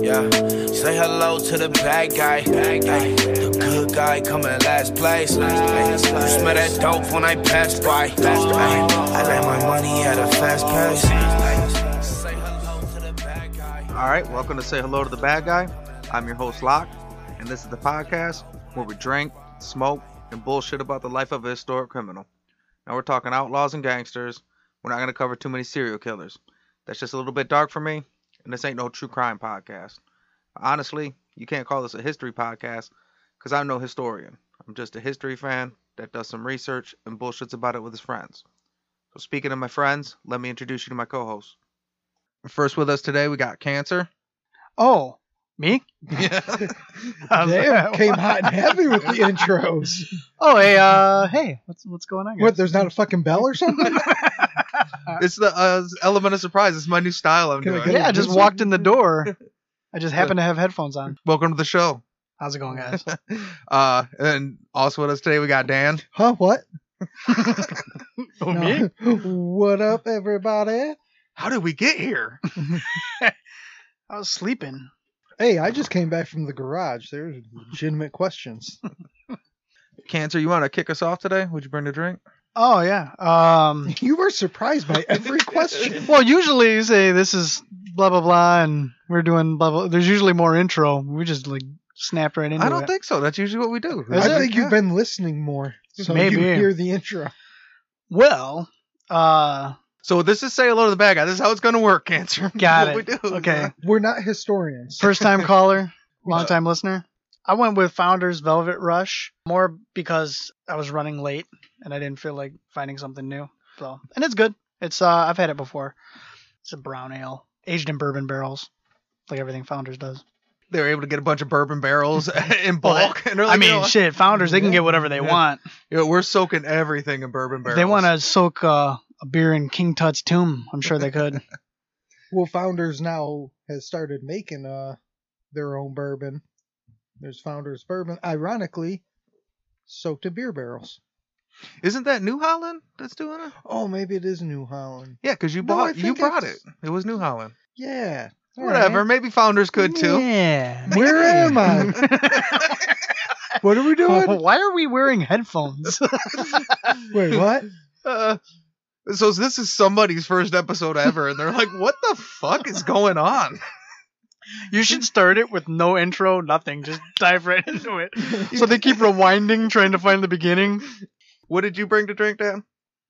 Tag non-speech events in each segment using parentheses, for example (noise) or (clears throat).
yeah. Say hello to the bad guy. Ay, the good guy coming last place. Ay, smell that dope when I pass by. Ay, I let my money at a fast pace. Ay, say hello to the bad guy. All right, welcome to Say Hello to the Bad Guy. I'm your host, Locke, and this is the podcast where we drink, smoke, and bullshit about the life of a historic criminal. Now we're talking outlaws and gangsters. We're not going to cover too many serial killers. That's just a little bit dark for me, and this ain't no true crime podcast. Honestly, you can't call this a history podcast because I'm no historian. I'm just a history fan that does some research and bullshits about it with his friends. So, speaking of my friends, let me introduce you to my co host. First with us today, we got Cancer. Oh, me? (laughs) Yeah. I was like, (laughs) Damn, came hot and heavy with the intros. oh, hey, uh, hey, what's what's going on? What? guys? There's not a fucking bell or something? it's the uh, element of surprise. It's my new style I'm Can I doing. get yeah, I just music? walked in the door. I just happened to have headphones on. Welcome to the show. How's it going, guys? Uh, and also with us today, we got Dan. (laughs) huh? (laughs) What? Oh, No. (laughs) What up, everybody? How did we get here? I was sleeping. Hey, I just came back from the garage. There's legitimate questions. Cancer, you want to kick us off today? Would you bring the drink? Oh yeah. (laughs) Um. You were surprised by every question. Well, usually you say this is blah blah blah, and we're doing blah blah. There's usually more intro. We just like snapped right into I don't it. think so. That's usually what we do. Is I it? think you've been listening more, so Maybe. you hear the intro. well, uh, So this is say hello to the bad guy. This is how it's gonna work, Cancer. (laughs) Got What it. we do. okay. We're not historians. First (laughs) time caller, long time listener. I went with Founders Velvet Rush more because I was running late and I didn't feel like finding something new. So, and it's good. It's uh, I've had it before. It's a brown ale, aged in bourbon barrels, like everything Founders does. They were able to get a bunch of bourbon barrels (laughs) in bulk. And they're like, I mean, you know, what? shit, Founders they can get whatever they Yeah. want. You know, we're soaking everything in bourbon If barrels. they want to soak uh, a beer in King Tut's tomb, I'm sure they could. Well, Founders now has started making uh their own bourbon. There's Founders bourbon, ironically, soaked in beer barrels. Isn't that New Holland that's doing it? Oh, maybe it is New Holland. Yeah, because you No, I bought you think brought it. it's- It was New Holland. Yeah. All Whatever. right. Maybe Founders (laughs) could too. Yeah. Where am I? (laughs) What are we doing? Why are we wearing headphones? (laughs) Wait, what? Uh, so this is somebody's first episode ever, and they're like, "What the fuck is going on?" You should start it with no intro, nothing. Just dive right (laughs) into it. (laughs) So they keep rewinding, trying to find the beginning. What did you bring to drink, Dan?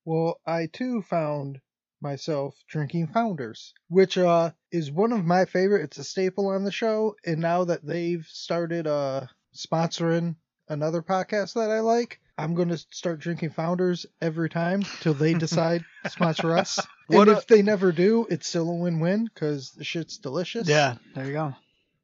Well, I too found myself drinking Founders, which uh is one of my favorite. It's a staple on the show, and now that they've started uh sponsoring another podcast that I like, I'm going to start drinking Founders every time till they (laughs) decide to sponsor us. What and a- if they never do, it's still a win-win because the shit's delicious. there you go.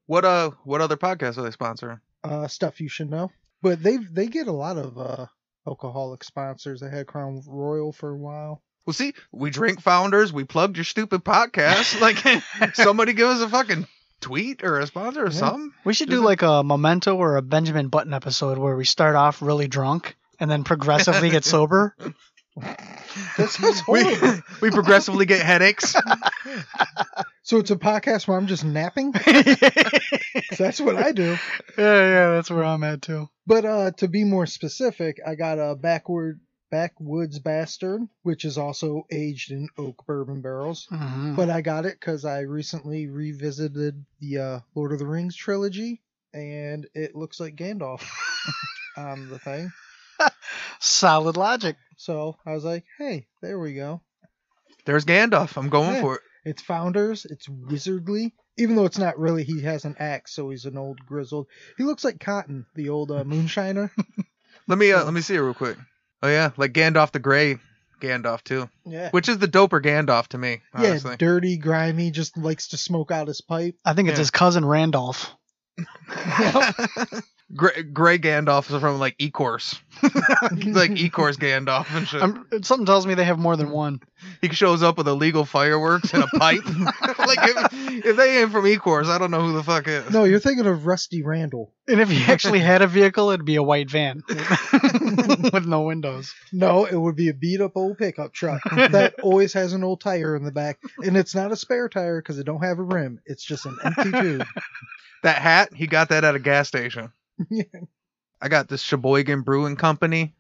What uh, what other podcasts are they sponsoring? uh, stuff you should know. But they they get a lot of uh, alcoholic sponsors. They had Crown Royal for (laughs) a while. Well, see, we drink founders. We plugged your stupid (laughs) podcast. Like, somebody give us a fucking tweet or a sponsor or Yeah. something. We should Does do it- like a Memento or a Benjamin Button episode where we start off really drunk and then progressively get sober. (laughs) That sounds We, horrible. we progressively get (laughs) headaches. so it's a podcast where I'm just napping. (laughs) yeah, That's what I do. yeah, that's where I'm at too. But uh, to be more specific, I got a backward backwoods bastard, which is also aged in oak bourbon barrels. Mhm. But I got it because I recently revisited the uh, Lord of the Rings trilogy, and it looks like Gandalf (laughs) on the thing. Solid logic. So I was like, hey, there we go. There's Gandalf. I'm going Yeah. for it. It's Founders. It's Wizardly. Even though it's not really, he has an axe, so he's an old grizzled. He looks like Cotton, the old uh, moonshiner. Let me uh, let me see it real quick. Oh yeah, like Gandalf the Grey, Gandalf too, Yeah. which is the doper Gandalf to me. Honestly. Yeah, dirty, grimy, just likes to smoke out his pipe. I think it's Yeah. his cousin Randolph. (laughs) Gray, Gray Gandalf is from like E-Course. (laughs) He's like E-Course Gandalf and shit. I'm, Um, something tells me they have more than one. he shows up with illegal fireworks and a pipe. (laughs) like if, if they ain't from E-Course, I don't know who the fuck is. No, you're thinking of Rusty Randall. And if he actually had a vehicle, it'd be a white van (laughs) with no windows. No, it would be a beat up old pickup truck that always has an old tire in the back, and it's not a spare tire because it don't have a rim. It's just an empty tube. That hat, he got that at a gas station. Yeah. I got this Sheboygan Brewing Company,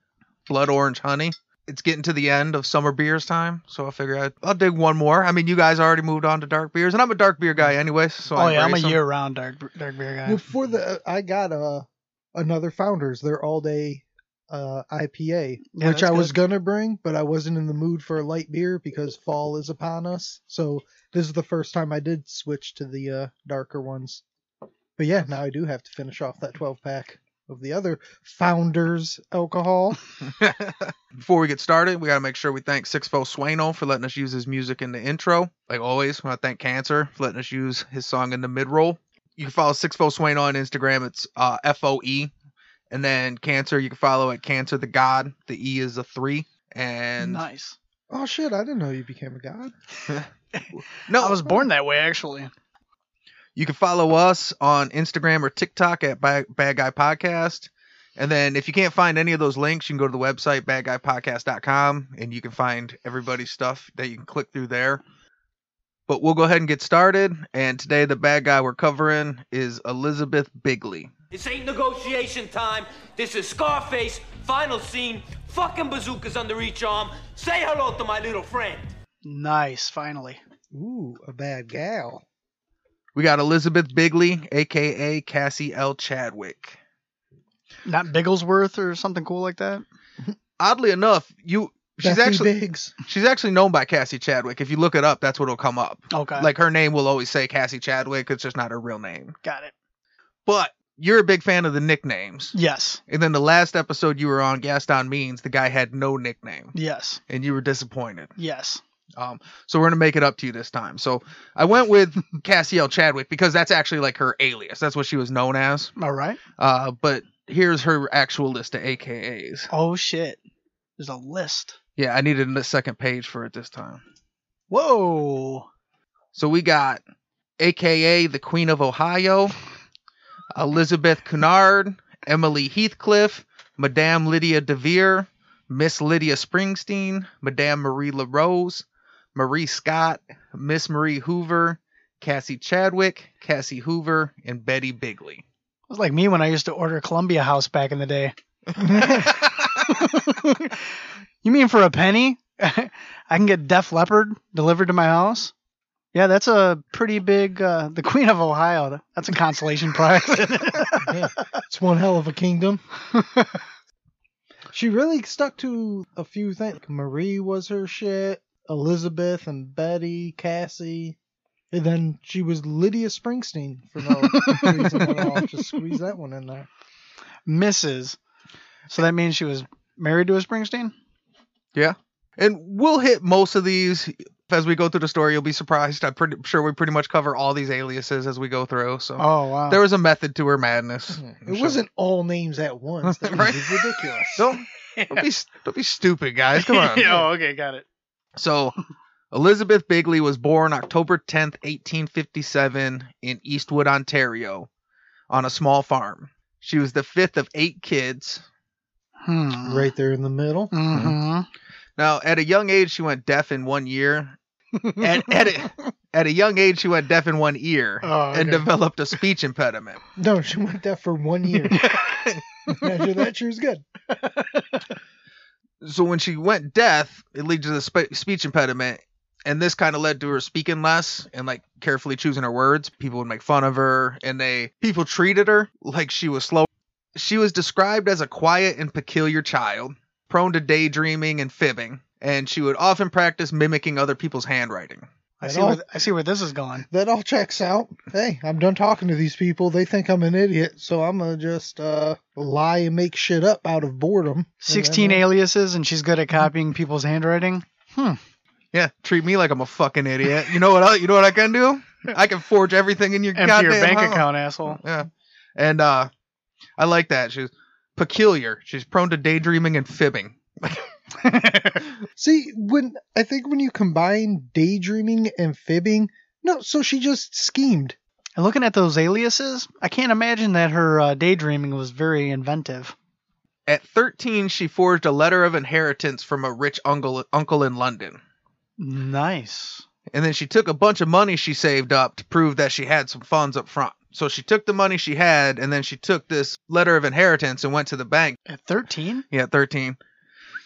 Blood Orange Honey. It's getting to the end of summer beers time, so I figure I, I'll dig one more. I mean, you guys already moved on to dark beers, and I'm a dark beer guy anyway, so oh I yeah, I'm a embrace 'em. year-round dark dark beer guy. Before the, I got uh, another Founders, their all day uh, IPA, Yeah, which I that's was good. gonna bring, but I wasn't in the mood for a light beer because fall is upon us. So this is the first time I did switch to the uh, darker ones. But yeah, now I do have to finish off that 12 pack of the other Founders alcohol. Before we get started, we got to make sure we thank Sixfo Sueno for letting us use his music in the intro. Like always, we want to thank Cancer for letting us use his song in the mid roll. You can follow Sixfo Sueno on Instagram. It's uh, F O E. And then Cancer, you can follow at Cancer the God. The E is a three. And nice. Oh shit, I didn't know you became a god. no, I was born that way, actually. You can follow us on Instagram or TikTok at Bad, Bad Guy Podcast. And then if you can't find any of those links, you can go to the website, badguypodcast.com, and you can find everybody's stuff that you can click through there. But we'll go ahead and get started. And today, the bad guy we're covering is Elizabeth Bigley. This ain't negotiation time. This is Scarface, final scene, fucking bazookas under each arm. Say hello to my little friend. Nice, finally. Ooh, a bad gal. We got Elizabeth Bigley, aka Cassie L. Chadwick. Not Bigglesworth or something cool like that. Oddly enough, you she's Bethany actually Biggs. she's actually known by Cassie Chadwick. If you look it up, that's what'll come up. Okay, Like her name will always say Cassie Chadwick. It's just not her real name. got it. But you're a big fan of the nicknames. Yes, And then the last episode you were on, Gaston Means, the guy had no nickname, yes, and you were disappointed. yes. Um, so we're gonna make it up to you this time. So I went with Cassiel Chadwick because that's actually like her alias. That's what she was known as. All right. Uh, but here's her actual list of AKAs. Oh shit. There's a list. Yeah, I needed a second page for it this time. Whoa. So we got AKA the Queen of Ohio, Elizabeth Cunard, Emily Heathcliff, Madame Lydia DeVere, Miss Lydia Springsteen, Madame Marie LaRose, Marie Scott, Miss Marie Hoover, Cassie Chadwick, Cassie Hoover, and Betty Bigley. It was like me when I used to order Columbia House back in the (laughs) day. you mean for a penny? (laughs) I can get Def Leppard delivered to my house? Yeah, that's a pretty big. Uh, the Queen of Ohio. That's a consolation prize. (laughs) Yeah, it's one hell of a kingdom. she really stuck to a few things. Marie was her shit. Elizabeth and Betty, Cassie. And then she was Lydia Springsteen for no reason (laughs) at all. Just squeeze that one in there. Mrs. So that means she was married to a Springsteen. And we'll hit most of these as we go through the story. You'll be surprised. I'm pretty sure we pretty much cover all these aliases as we go through. So Oh wow. Mm-hmm. there was a method to her madness. I'm It sure. wasn't all names at (laughs) once. That Right. was ridiculous. Don't don't be don't be stupid, guys. Come (laughs) on. oh, okay, got it. So, Elizabeth Bigley was born October 10th, 1857, in Eastwood, Ontario, on a small farm. She was the fifth of eight kids. Hmm. Right there in the middle. hmm Now, at a young age, she went deaf in one (laughs) ear. at, at, a, at a young age, she went deaf in one ear Oh, okay. and developed a speech impediment. No, she went deaf for (laughs) one year. After that, she was good. so when she went deaf, it led to the spe- speech impediment, and this kind of led to her speaking less and like carefully choosing her words. People would make fun of her, and they people treated her like she was slow. She was described as a quiet and peculiar child, prone to daydreaming and fibbing, and she would often practice mimicking other people's handwriting. I At see. all. Where, I see where this is going. that all checks out. Hey, I'm done talking to these people. They think I'm an idiot, so I'm gonna just uh, lie and make shit up out of boredom. 16 And then, uh, aliases and she's good at copying people's handwriting. Yeah, treat me like I'm a fucking idiot. You know what? I, you know what I can do? I can forge everything in your Empty goddamn your bank house. account, asshole. Yeah. And uh I like that. She's peculiar. She's prone to daydreaming and fibbing. See, when I think when you combine daydreaming and fibbing, no, so she just schemed. And looking at those aliases, I can't imagine that her uh, daydreaming was very inventive. At 13, she forged a letter of inheritance from a rich uncle, uncle in London. Nice. And then she took a bunch of money she saved up to prove that she had some funds up front. So she took the money she had and then she took this letter of inheritance and went to the bank. At 13? Yeah, 13.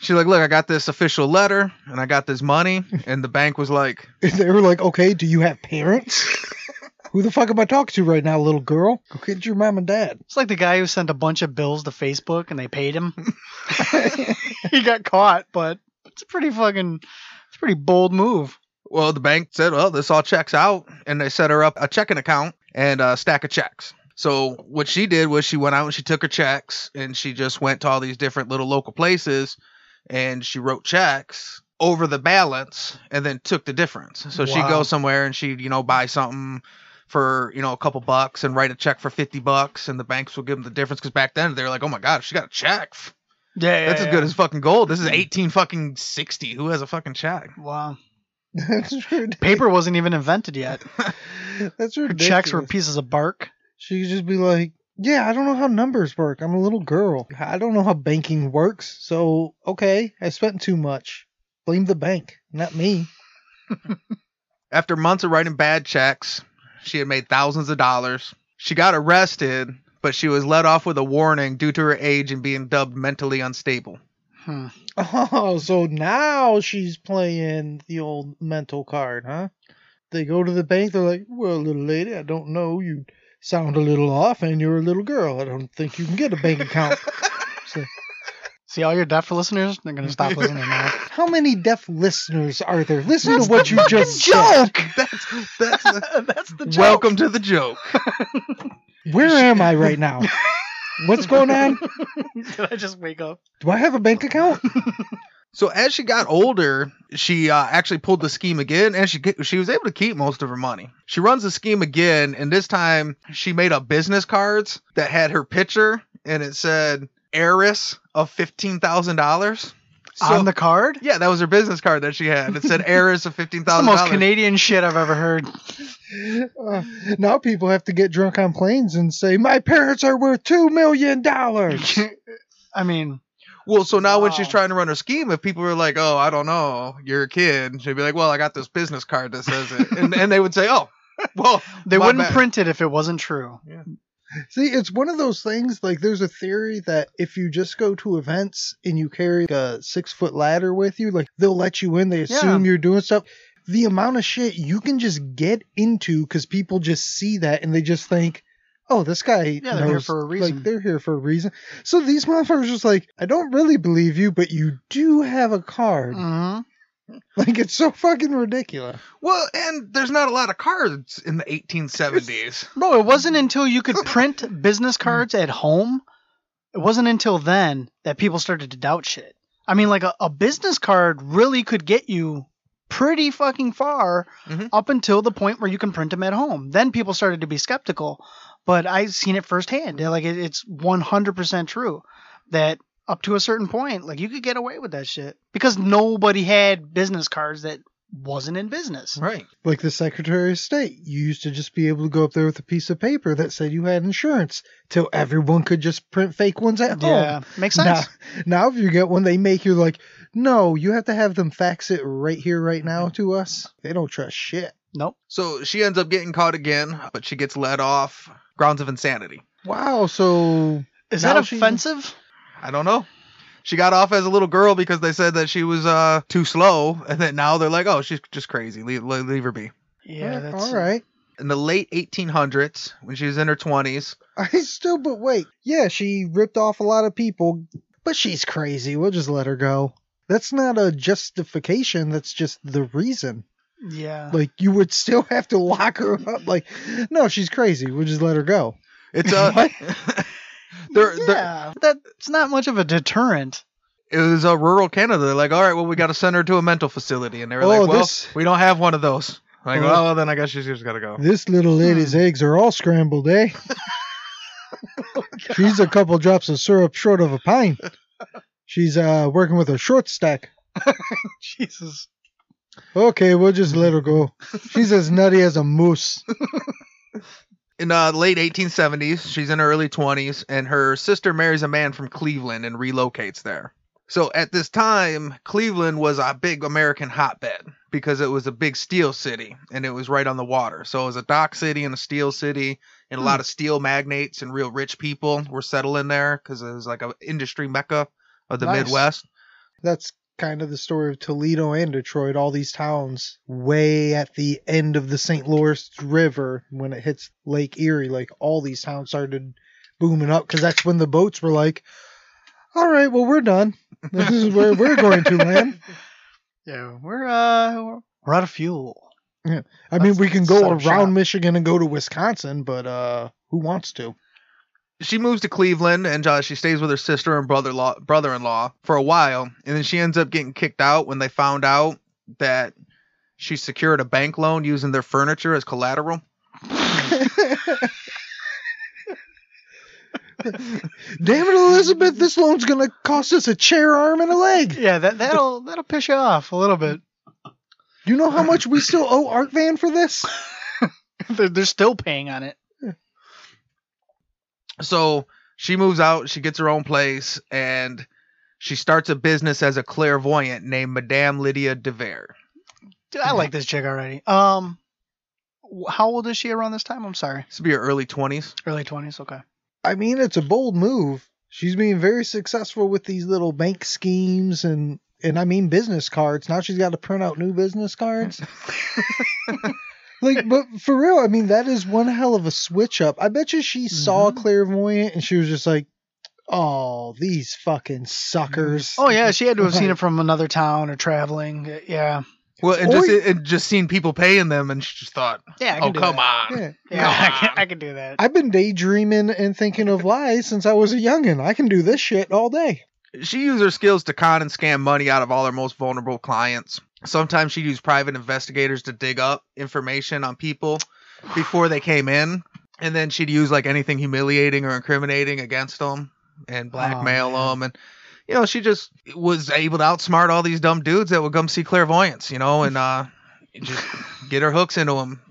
She's like, Look, I got this official letter and I got this money. And the bank was like, They were like, okay, do you have parents? (laughs) Who the fuck am I talking to right now, little girl? Go get your mom and dad. (laughs) It's like the guy who sent a bunch of bills to Facebook and they paid (laughs) him. he got caught, but it's a pretty fucking, it's a pretty bold move. Well, the bank said, Well, this all checks out. And they set her up a checking account and a stack of checks. So what she did was she went out and she took her checks and she just went to all these different little local places and she wrote checks over the balance and then took the difference. So she'd Wow. go somewhere and she'd, you know, buy something for, you know, a couple bucks and write a check for 50 bucks and the banks would give them the difference because back then they were like, oh my God, she got a check. Yeah, That's as good as fucking gold. This is 18 fucking 60. Who has a fucking check? Wow. That's ridiculous. Paper wasn't even invented (laughs) yet. That's Her ridiculous. checks were pieces of bark. She could just be like, yeah, I don't know how numbers work. I'm a little girl. I don't know how banking works. So, okay, I spent too much. Blame the bank, not me. (laughs) After months of writing bad checks, she had made thousands of dollars. She got arrested, but she was let off with a warning due to her age and being dubbed mentally unstable. (laughs) Hmm. Oh, so now she's playing the old mental card, huh? They go to the bank. They're like, well, little lady, I don't know. You sound a little off, and you're a little girl. I don't think you can get a bank account. So, See, all your deaf listeners, they're gonna stop listening (laughs) now. how many deaf listeners are there? Listen to what you just said. That's that's the, (laughs) That's the joke. welcome to the joke. Where am I right now? What's (laughs) going on? Did I just wake up? Do I have a (laughs) bank account? So as she got older, she uh, actually pulled the scheme again, and she ge- she was able to keep most of her money. She runs the scheme again, and this time she made up business cards that had her picture, and it said heiress of fifteen thousand dollars. On the card? Yeah, that was her business card that she had. It (laughs) said heiress of fifteen That's the thousand most dollars. Canadian shit I've ever heard. Uh, now people have to get drunk on planes and say, my parents are worth $2 million. (laughs) I mean, Well, so now when she's Wow. trying to run her scheme, if people are like, "Oh, I don't know, you're a kid," she'd be like, "Well, I got this business card that says it," and, and they would say, "Oh, (laughs) well, they my wouldn't bad." print it if it wasn't true. See, it's one of those things. Like, there's a theory that if you just go to events and you carry like, a six foot ladder with you, like, they'll let you in. They assume you're doing stuff. The amount of shit you can just get into because people just see that and they just think, oh, this guy. Yeah, they're here knows- for a Like, reason. they're here for a reason. So these motherfuckers are just like, I don't really believe you, but you do have a card. hmm (laughs) Like, it's so fucking ridiculous. Well, and there's not a lot of cards in the (laughs) 1870s. Bro, it wasn't until you could print business cards at home. It wasn't until then that people started to doubt shit. I mean, like a, a business card really could get you pretty fucking far Mm-hmm. Mhm. up until the point where you can print them at home. Then people started to be skeptical, but I've seen it firsthand. They're Like it, it's 100% true that up to a certain point, like you could get away with that shit because nobody had business cards that wasn't in business. Right. Like the Secretary of State, you used to just be able to go up there with a piece of paper that said you had insurance, till everyone could just print fake ones at Yeah, home. makes (laughs) Now, sense. now, if you get one, they make you like, no, you have to have them fax it right here, right now to us. They don't trust shit. Nope. So she ends up getting caught again, but she gets let off grounds of insanity. Wow, so Is Now that she- offensive? I don't know. She got off as a little girl because they said that she was uh, too slow, and then now they're like, "Oh, she's just crazy. Leave, le- leave her be." Yeah, that's all right. (laughs) In the late 1800s, when she was in her 20s, I still, but wait, yeah, she ripped off a lot of people, but she's crazy. We'll just let her go. That's not a justification. That's just the reason. Yeah. like you would still have to lock her up like no she's crazy we'll just let her go it's uh, What? they're, they're, yeah. That's not much of a deterrent. (laughs) it was uh, rural Canada. They're like, "All right, well, we got to send her to a mental facility," and they were Oh, like, "Well, this- we don't have one of those." Like, Oh. well, then I guess she's just gotta go. this little lady's eggs are all scrambled eh She's a couple drops of syrup short of a pint. She's uh, working with a short stack. (laughs) Jesus. Okay, we'll just let her go. She's as nutty as a moose. in uh, the late 1870s. She's in her early 20s, and her sister marries a man from Cleveland and relocates there. So at this time, Cleveland was a big American hotbed because it was a big steel city and it was right on the water. So it was a dock city and a steel city, and a lot of steel magnates and real rich people were settling there because it was like an industry mecca of the Nice. Midwest. That's kind of the story of Toledo and Detroit, all these towns way at the end of the St. Lawrence River when it hits Lake Erie. Like all these towns started booming up because that's when the boats were like, all right, well, we're done. This is where we're going to land. Yeah, we're uh we're- we're out of fuel. I mean, Let's we can go set up around shop. Michigan and go to Wisconsin, but uh, who wants to? (laughs) She moves to Cleveland and uh, she stays with her sister and brother brother in law for a while, and then she ends up getting kicked out when they found out that she secured a bank loan using their furniture as collateral. Damn it, Elizabeth, this loan's going to cost us a chair, arm, and a leg. Yeah, that that'll that'll piss you off a little bit. You know how much we still owe Art Van for this? (laughs) they're, they're still paying on it. So she moves out, she gets her own place, and she starts a business as a clairvoyant named Madame Lydia DeVere. Dude, I like this chick already. Um, wh- how old is she around this time? I'm sorry, This would be her early 20s. early twenties. Okay. I mean, it's a bold move. She's being very successful with these little bank schemes and and I mean business cards. Now she's got to print out new (laughs) business cards. like, but for real, I mean, that is one hell of a switch up. I bet you she saw Mhm. clairvoyant and she was just like, "Oh, these fucking suckers." Oh yeah, she had to have seen it from another town or traveling. Uh, Yeah. Well, and Or- just, and just seeing people paying them, and she just thought, Yeah. I oh, do come that. on. Yeah. Yeah, I Come can, on. I can do that. I've been daydreaming and thinking of lies since I was a youngin'. I can do this shit all day. She used her skills to con and scam money out of all her most vulnerable clients. Sometimes she used private investigators to dig up information on people before they came in, and then she'd use like anything humiliating or incriminating against them and blackmail man. them. And you know, she just was able to outsmart all these dumb dudes that would come see clairvoyance, you know, and uh, just get her hooks into them.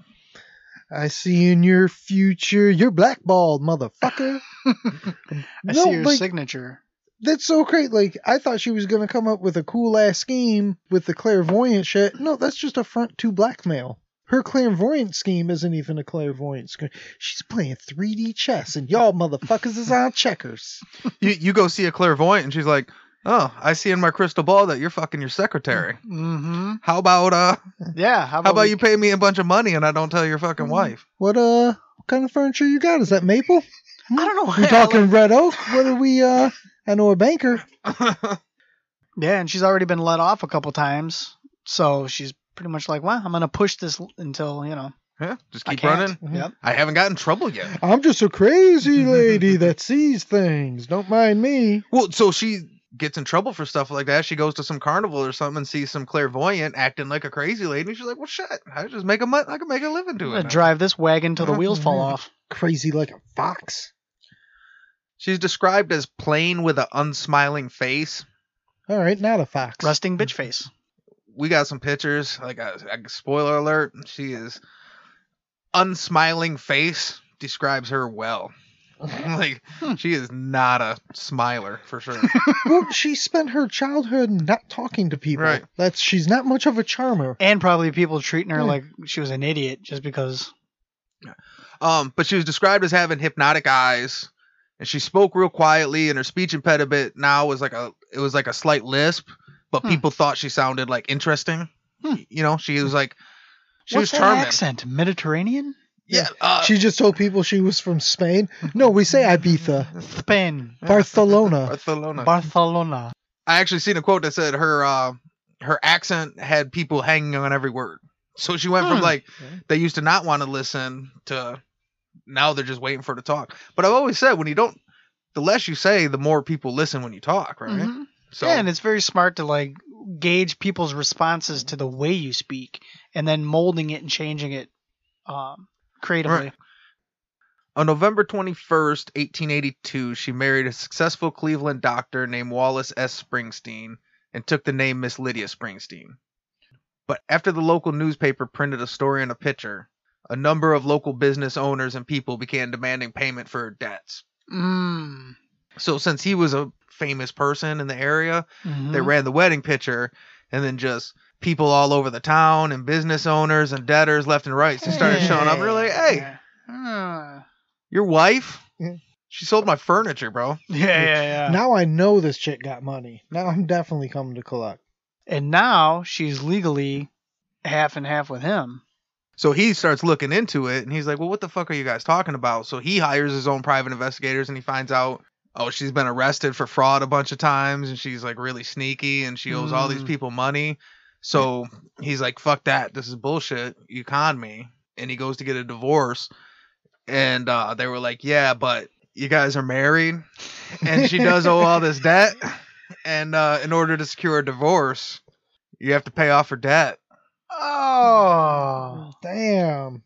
I see in your future, you're blackballed, motherfucker. (laughs) I no, see your like- signature. That's so great. Like I thought she was gonna come up with a cool ass scheme with the clairvoyant shit. No, that's just a front to blackmail. Her clairvoyant scheme isn't even a clairvoyant scheme. She's playing 3D chess, and y'all motherfuckers is on checkers. You you go see a clairvoyant, and she's like, "Oh, I see in my crystal ball that you're fucking your secretary. Mm-hmm. How about uh?" Yeah. How about, How about we- you pay me a bunch of money and I don't tell your Mm. fucking (laughs) wife? What uh, what kind of furniture you got? Is that maple? I don't know. We why I like- talking red oak? What are we? Uh, I know a banker. Yeah, and she's already been let off a couple times, so she's pretty much like, "Well, I'm gonna push this l- until you know." yeah, just I keep can't. running. Yep. I haven't got in trouble yet. I'm just a crazy lady that sees things. Don't mind me. Well, so she gets in trouble for stuff like that. She goes to some carnival or something and sees some clairvoyant acting like a crazy lady. And she's like, "Well, shit, I just make a mon- I can make a living I'm doing gonna it." now." drive this wagon till the wheels fall off. Crazy like a fox. She's described as plain with an unsmiling face. All right, not a fox. Rusting bitch face. We got some pictures. Like, a, a spoiler alert: she is unsmiling face describes her well. (laughs) like, Hmm. she is not a smiler for sure. (laughs) well, she spent her childhood not talking to people. Right. That's she's not much of a charmer. And probably people treating her Yeah. like she was an idiot just because. Um, but she was described as having hypnotic eyes, and she spoke real quietly, and her speech impediment now was like a it was like a slight lisp, but Hmm. people thought she sounded like interesting. Hmm. You know, she was like she was What's that charming. accent? Mediterranean? Yeah, uh, She just told people she was from Spain. No, we say Ibiza, Spain, uh, Barcelona. Barcelona. Barcelona. I actually seen a quote that said her uh, her accent had people hanging on every word. So she went from Hmm. like Okay. they used to not want to listen to now they're just waiting for her to talk. But I've always said when you don't, the less you say, the more people listen when you talk, right? Mhm. So Yeah, and it's very smart to like gauge people's responses to the way you speak, and then molding it and changing it um, creatively. Right. On November 21st, 1882, she married a successful Cleveland doctor named Wallace S. Springsteen and took the name Miss Lydia Springsteen. But after the local newspaper printed a story and a picture, a number of local business owners and people began demanding payment for her debts. Mm. So since he was a famous person in the area, Mhm. they ran the wedding picture and then just people all over the town and business owners and debtors left and right so started showing up. They're like, hey, Uh, your wife? Yeah. She sold my furniture, bro. yeah, yeah, yeah. Now I know this chick got money. Now I'm definitely coming to collect. and now she's legally half and half with him. So he starts looking into it and he's like, Well, what the fuck are you guys talking about? So he hires his own private investigators and he finds out, Oh, she's been arrested for fraud a bunch of times and she's like really sneaky and she owes all these Mm. people money. So he's like, Fuck that. This is bullshit. You conned me. And he goes to get a divorce. And uh, they were like, Yeah, but you guys are married and she does owe all this debt. And uh, in order to secure a divorce, you have to pay off her debt. Oh, Damn.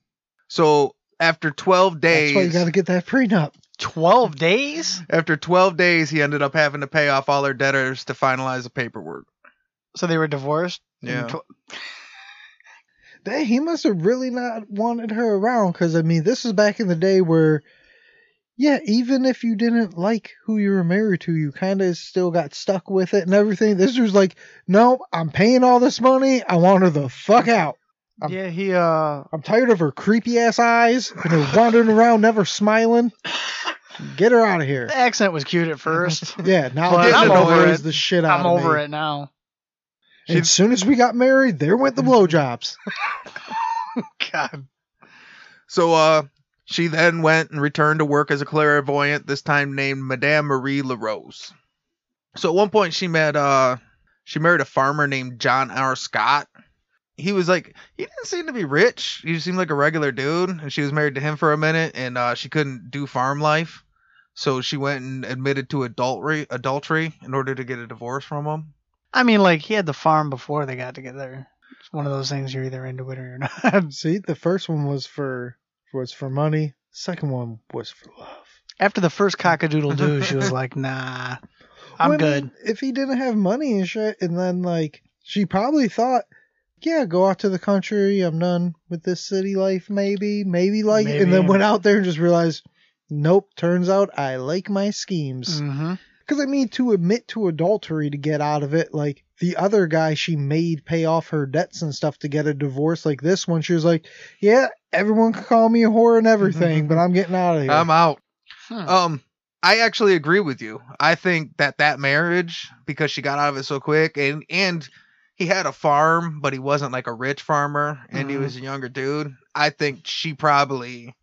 So after 12 That's why you days, got to get that prenup. 12 days? after 12 days, he ended up having to pay off all her debtors to finalize the paperwork. So they were divorced? in Yeah. tw- Dang, he must have really not wanted her around because, I mean, this is back in the day where, yeah, even if you didn't like who you were married to, you kind of still got stuck with it and everything. This was like, no, I'm paying all this money. I want her the fuck out. I'm- yeah, he, uh, I'm tired of her creepy ass eyes and her wandering around, never smiling. Get her out of here. the accent was cute at first. Yeah, now But that I'm over annoys it. the shit out I'm of over me. it now. And She- as soon as we got married, there went the blowjobs. God. So uh, she then went and returned to work as a clairvoyant, this time named Madame Marie LaRose. So at one point, she met uh, she married a farmer named John R. Scott. He was like, he didn't seem to be rich. He just seemed like a regular dude. And she was married to him for a minute, and uh, she couldn't do farm life, so she went and admitted to adultery, adultery, in order to get a divorce from him. I mean, like, he had the farm before they got together. It's one of those things you're either into it or you're not. (laughs) See, the first one was for was for money. Second one was for love. After the first cockadoodle doo, she was like, nah, I'm Well, I good. mean, If he didn't have money and shit, and then like she probably thought, yeah, go out to the country. I'm done with this city life. Maybe, maybe like, and then Maybe. went out there and just realized, nope. Turns out I like my schemes. Mm-hmm. Because I mean, to admit to adultery to get out of it, like the other guy she made pay off her debts and stuff to get a divorce, like this one, she was like, yeah, everyone can call me a whore and everything, but I'm getting out of here. I'm out. Hmm. Um, I actually agree with you. I think that that marriage, because she got out of it so quick, and and he had a farm, but he wasn't like a rich farmer, and he Mhm. was a younger dude. I think she probably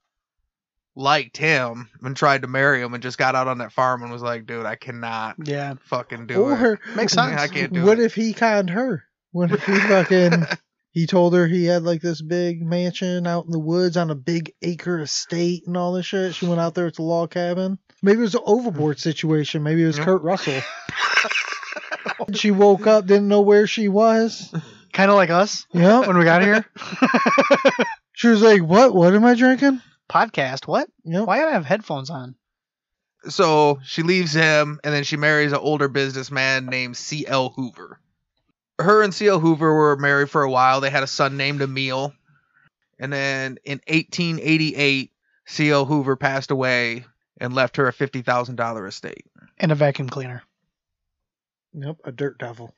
liked him and tried to marry him, and just got out on that farm and was like, "Dude, I cannot Yeah. fucking do it." or Makes sense. I can't do what it. if he conned her? What if he fucking he told her he had like this big mansion out in the woods on a big acre estate and all this shit? She went out there, it's a log cabin. Maybe it was an overboard situation. Maybe it was Yeah. Kurt Russell. she woke up, didn't know where she was. Kind of like us Yep. when we got here. (laughs) She was like, "What? What am I drinking?" Podcast. What? Yep. Why did I have headphones on? So she leaves him, and then she marries an older businessman named C.L. Hoover. Her and C.L. Hoover were married for a while. They had a son named Emil. And then in 1888, C.L. Hoover passed away and left her a $50,000 estate. And a vacuum cleaner. Yep. A dirt devil.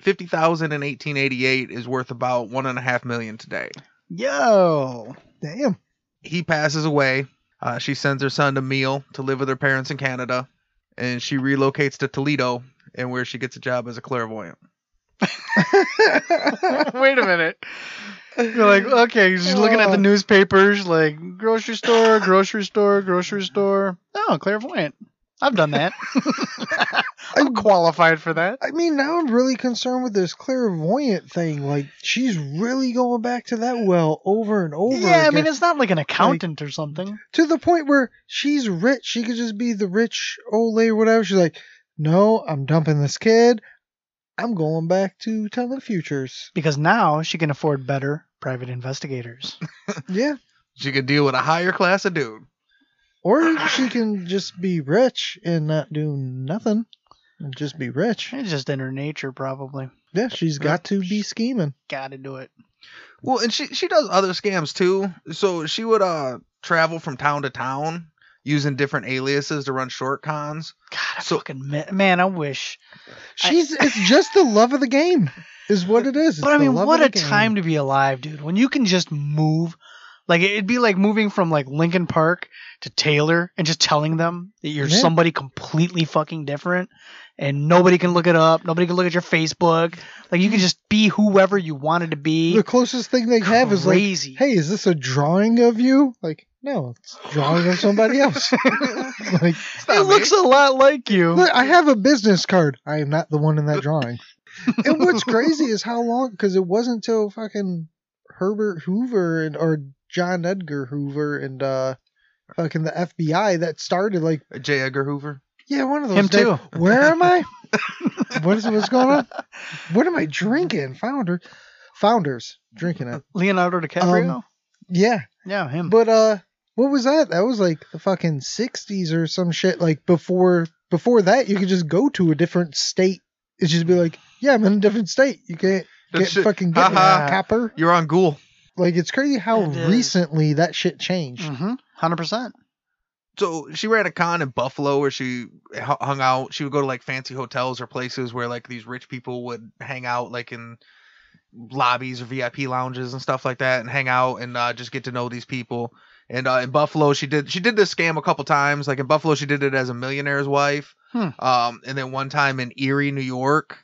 50000 in 1888 is worth about $1.5 million today. Yo. Oh. Damn. he passes away. Uh, she sends her son to Meal to live with her parents in Canada, and she relocates to Toledo, and where she gets a job as a clairvoyant. (laughs) Wait a minute. You're like, okay, she's looking at Oh. the newspapers, like grocery store, grocery store, grocery store. Oh, clairvoyant. I've done (laughs) that. I'm qualified for that. I mean, now I'm really concerned with this clairvoyant thing. Like, she's really going back to that well over and over. yeah, I again. mean, it's not like an accountant or something. to the point where she's rich. She could just be the rich old lady, or whatever. She's like, no, I'm dumping this kid. I'm going back (laughs) to telling futures. (laughs) Because now she can afford better private investigators. Yeah, She can deal with a higher class of dude. Or she can just be rich and not do nothing and just be rich. It's just in her nature, probably. Yeah, she's got to be scheming. Gotta do it. Well, and she she does other scams too. So she would uh travel from town to town using different aliases to run short cons. God, I So- fucking mi- man, I wish. She's it's just the love of the game is what it is. It's (laughs) But I the mean, love of what the a game. time to be alive, dude. When you can just move, like it'd be like moving from like Lincoln Park to Taylor and just telling them that you're Yeah. somebody completely fucking different, and nobody can look it up. Nobody can look at your Facebook. Like you can just be whoever you wanted to be. The closest thing they have is like, Crazy. hey, is this a drawing of you? Like, no, it's a drawing of (laughs) somebody else. like, It's it not me. looks a lot like you. look, I have a business card. I am not the one in that drawing. and (laughs) what's crazy is how long, because it wasn't till fucking Herbert Hoover and or John Edgar Hoover and uh fucking the FBI that started like, J. Edgar Hoover. yeah, one of those. Him days, too. Where am (laughs) I? what is what's going on? What am I drinking? Founder, founders drinking it. Leonardo DiCaprio. Um, Yeah, yeah, him. But uh what was that? That was like the fucking sixties or some shit. Like before before that you could just go to a different state. It'd just be like, Yeah, I'm in a different state. You can't That get shit- (laughs) fucking get me, haha. copper. You're on Ghoul. Like it's crazy how It is. recently that shit changed. Mm. Mm-hmm. Hundred percent. So she ran a con in Buffalo where she hu- hung out. She would go to like fancy hotels or places where like these rich people would hang out, like in lobbies or VIP lounges and stuff like that, and hang out and uh, just get to know these people. And uh, in Buffalo, she did she did this scam a couple times. Like in Buffalo, she did it as a millionaire's wife. Hmm. Um, and then one time in Erie, New York,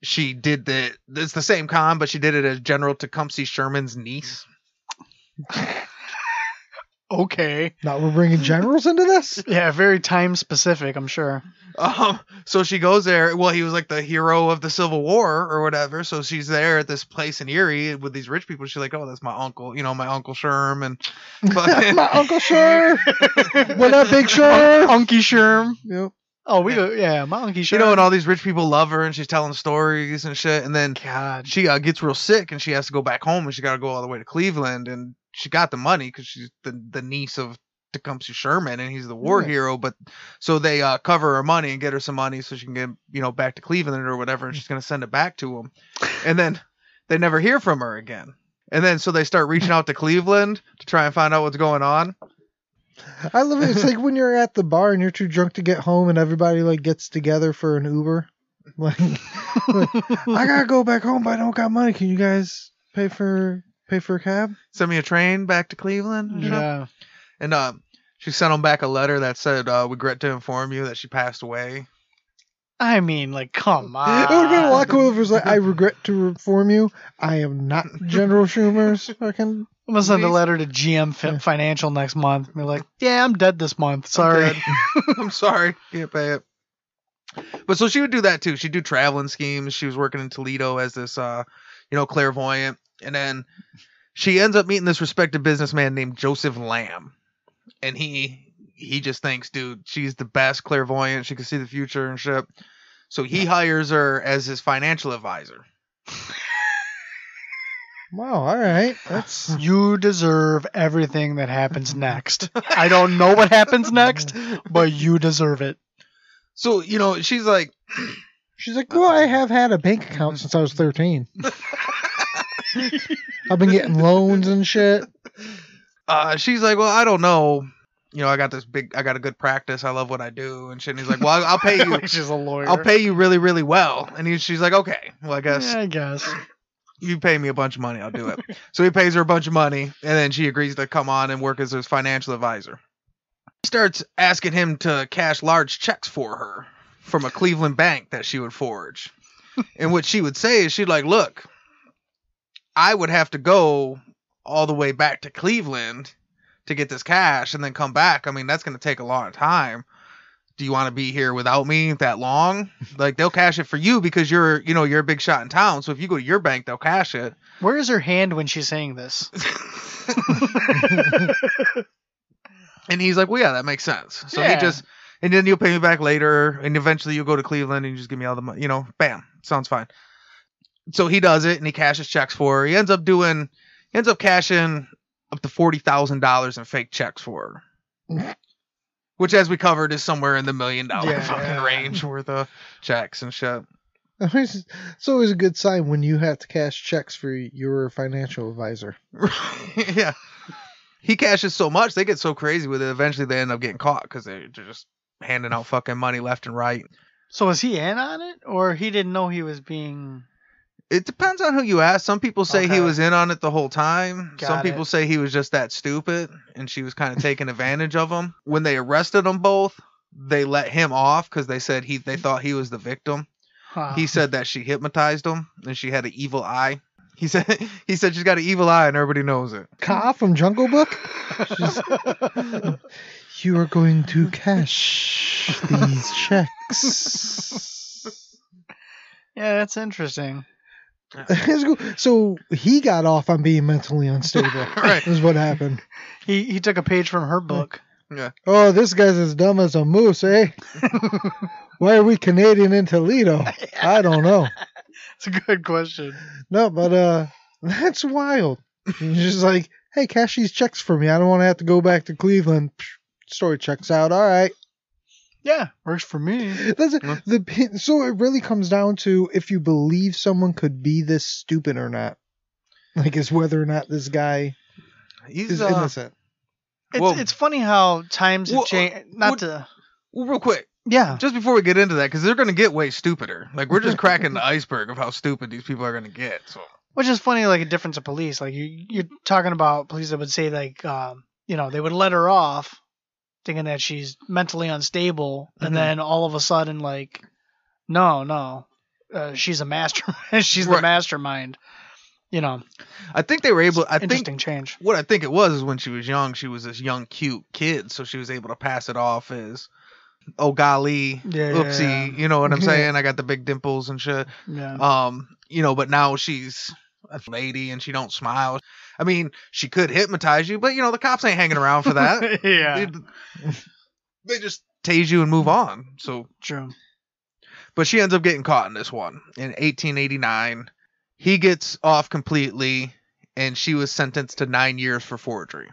she did the it's the same con, but she did it as General Tecumseh Sherman's niece. Okay. Now we're bringing generals into (laughs) this? Yeah, very time specific. I'm sure. Um, so she goes there. Well, he was like the hero of the Civil War or whatever. So she's there at this place in Erie with these rich people. She's like, "Oh, that's my uncle. You know, my uncle Sherm." And fucking- My (laughs) Uncle Sure. what up, Big Sure? Unky Sherm. Yep. Oh, we go. Yeah, my Unky Sherm. you know, and all these rich people love her, and she's telling stories and shit. And then God. she uh, gets real sick, and she has to go back home, and she got to go all the way to Cleveland. And she got the money because she's the, the niece of Tecumseh Sherman, and he's the war Yeah. hero. But so they uh, cover her money and get her some money so she can get you know back to Cleveland or whatever, and she's gonna send it back to him. And then they never hear from her again. And then so they start reaching out to Cleveland to try and find out what's going on. I love it. It's like when you're at the bar and you're too drunk to get home, and everybody like gets together for an Uber. (laughs) Like, like, I gotta go back home, but I don't got money. Can you guys pay for pay for a cab? Send me a train back to Cleveland. and shit. Yeah. And uh, she sent him back a letter that said, uh, "Regret to inform you that she passed away." I mean, like, (laughs) come on. it would have been a lot cooler if it was like, I regret to inform you, I am not General Schumer's fucking. I'm gonna send a Please. letter to GM fi- Financial next month. And be like, yeah, I'm dead this month. Sorry. dead. (laughs) I'm sorry, can't pay it. But so she would do that too. She'd do traveling schemes. She was working in Toledo as this, uh, you know, clairvoyant, and then she ends up meeting this respected businessman named Joseph Lamb, and he he just thinks, dude, she's the best clairvoyant. She can see the future and shit. So he hires her as his financial advisor. Wow, (sighs) all right, that's You deserve everything that happens next. I don't know what happens next, but you deserve it. So you know, she's like, She's like, well, I have (laughs) had a bank account since I was thirteen. I've been getting loans (laughs) and shit. uh, she's like, well, I don't know. You know, I got this big, I got a good practice. I love what I do and shit. And he's like, well, I'll- I'll pay (laughs) you. Which is a lawyer. I'll pay you really, really well. And he, she's like, okay, well, I guess Yeah, I guess. you pay me a bunch of money, I'll do it. so he pays her a bunch of money, and then she agrees to come on and work as his financial advisor. He starts asking him to cash large checks for her from a Cleveland bank that she would forge. and what she would say is, she'd like, look, I would have to go all the way back to Cleveland to get this cash and then come back. I mean, that's going to take a long time. Do you want to be here without me that long? Like they'll cash it for you because you're, you know, you're a big shot in town. So if you go to your bank, they'll cash it. Where is her hand when she's saying this? and he's like, "Well, yeah, that makes sense." So Yeah. he just, and then you'll pay me back later, and eventually you'll go to Cleveland and you just give me all the money. You know, bam, sounds fine. So he does it, and he cashes checks for her. He ends up doing, he ends up cashing up to forty thousand dollars in fake checks for her. Which, as we covered, is somewhere in the million dollar Yeah. fucking range worth of checks and shit. It's it's always a good sign when you have to cash checks for your financial advisor. (laughs) yeah. He cashes so much, they get so crazy with it. Eventually, they end up getting caught because they're just handing out fucking money left and right. So was he in on it, or he didn't know he was being? It depends on who you ask. Some people say Okay. he was in on it the whole time. Some Got people it. say he was just that stupid and she was kind of taking advantage of him. When they arrested them both, they let him off because they said he they thought he was the victim. Huh. He said that she hypnotized him and she had an evil eye. He said (laughs) he said she's got an evil eye and everybody knows it. Ka from Jungle Book? (laughs) She's- you are going to cash these checks. yeah, that's interesting. Let's go- so he got off on being mentally unstable. Right. Is what happened. He he took a page from (laughs) her book. Oh, this guy's as dumb as a moose, eh? Why are we Canadian in Toledo? I don't know. It's a good question. No, but uh that's wild. He's just like, hey, cash these checks for me. I don't want to have to go back to Cleveland. Psh, Story checks out. All right. Yeah, works for me. That's Yeah. the pin- so it really comes down to if you believe someone could be this stupid or not. Like is whether or not this guy He's, is uh, innocent. It's Well- it's funny how times have Well, uh, changed. Not what- to well, real quick, yeah. just before we get into that, because they're gonna get way stupider. Like (laughs) we're just cracking the iceberg of how stupid these people are gonna get. So Which is funny, like a difference of police. Like you, you're talking about police that would say like, um, you know, they would let her off, thinking that she's mentally unstable, Mhm. and then all of a sudden, like, no, no, uh, she's a mastermind. (laughs) she's Right. the mastermind. You know, I think they were able. I think interesting change. what I think it was is when she was young, she was this young, cute kid, so she was able to pass it off as, oh golly, Yeah, yeah, oopsie, yeah. you know what (laughs) I'm Yeah. saying? I got the big dimples and shit. Yeah. Um, you know, but now she's a lady and she don't smile. I mean, she could hypnotize you, but you know the cops ain't hanging around for that. yeah. (laughs) they, they just tase you and move on. So, True. but she ends up getting caught in this one in 1889. He gets off completely, and she was sentenced to nine years for forgery.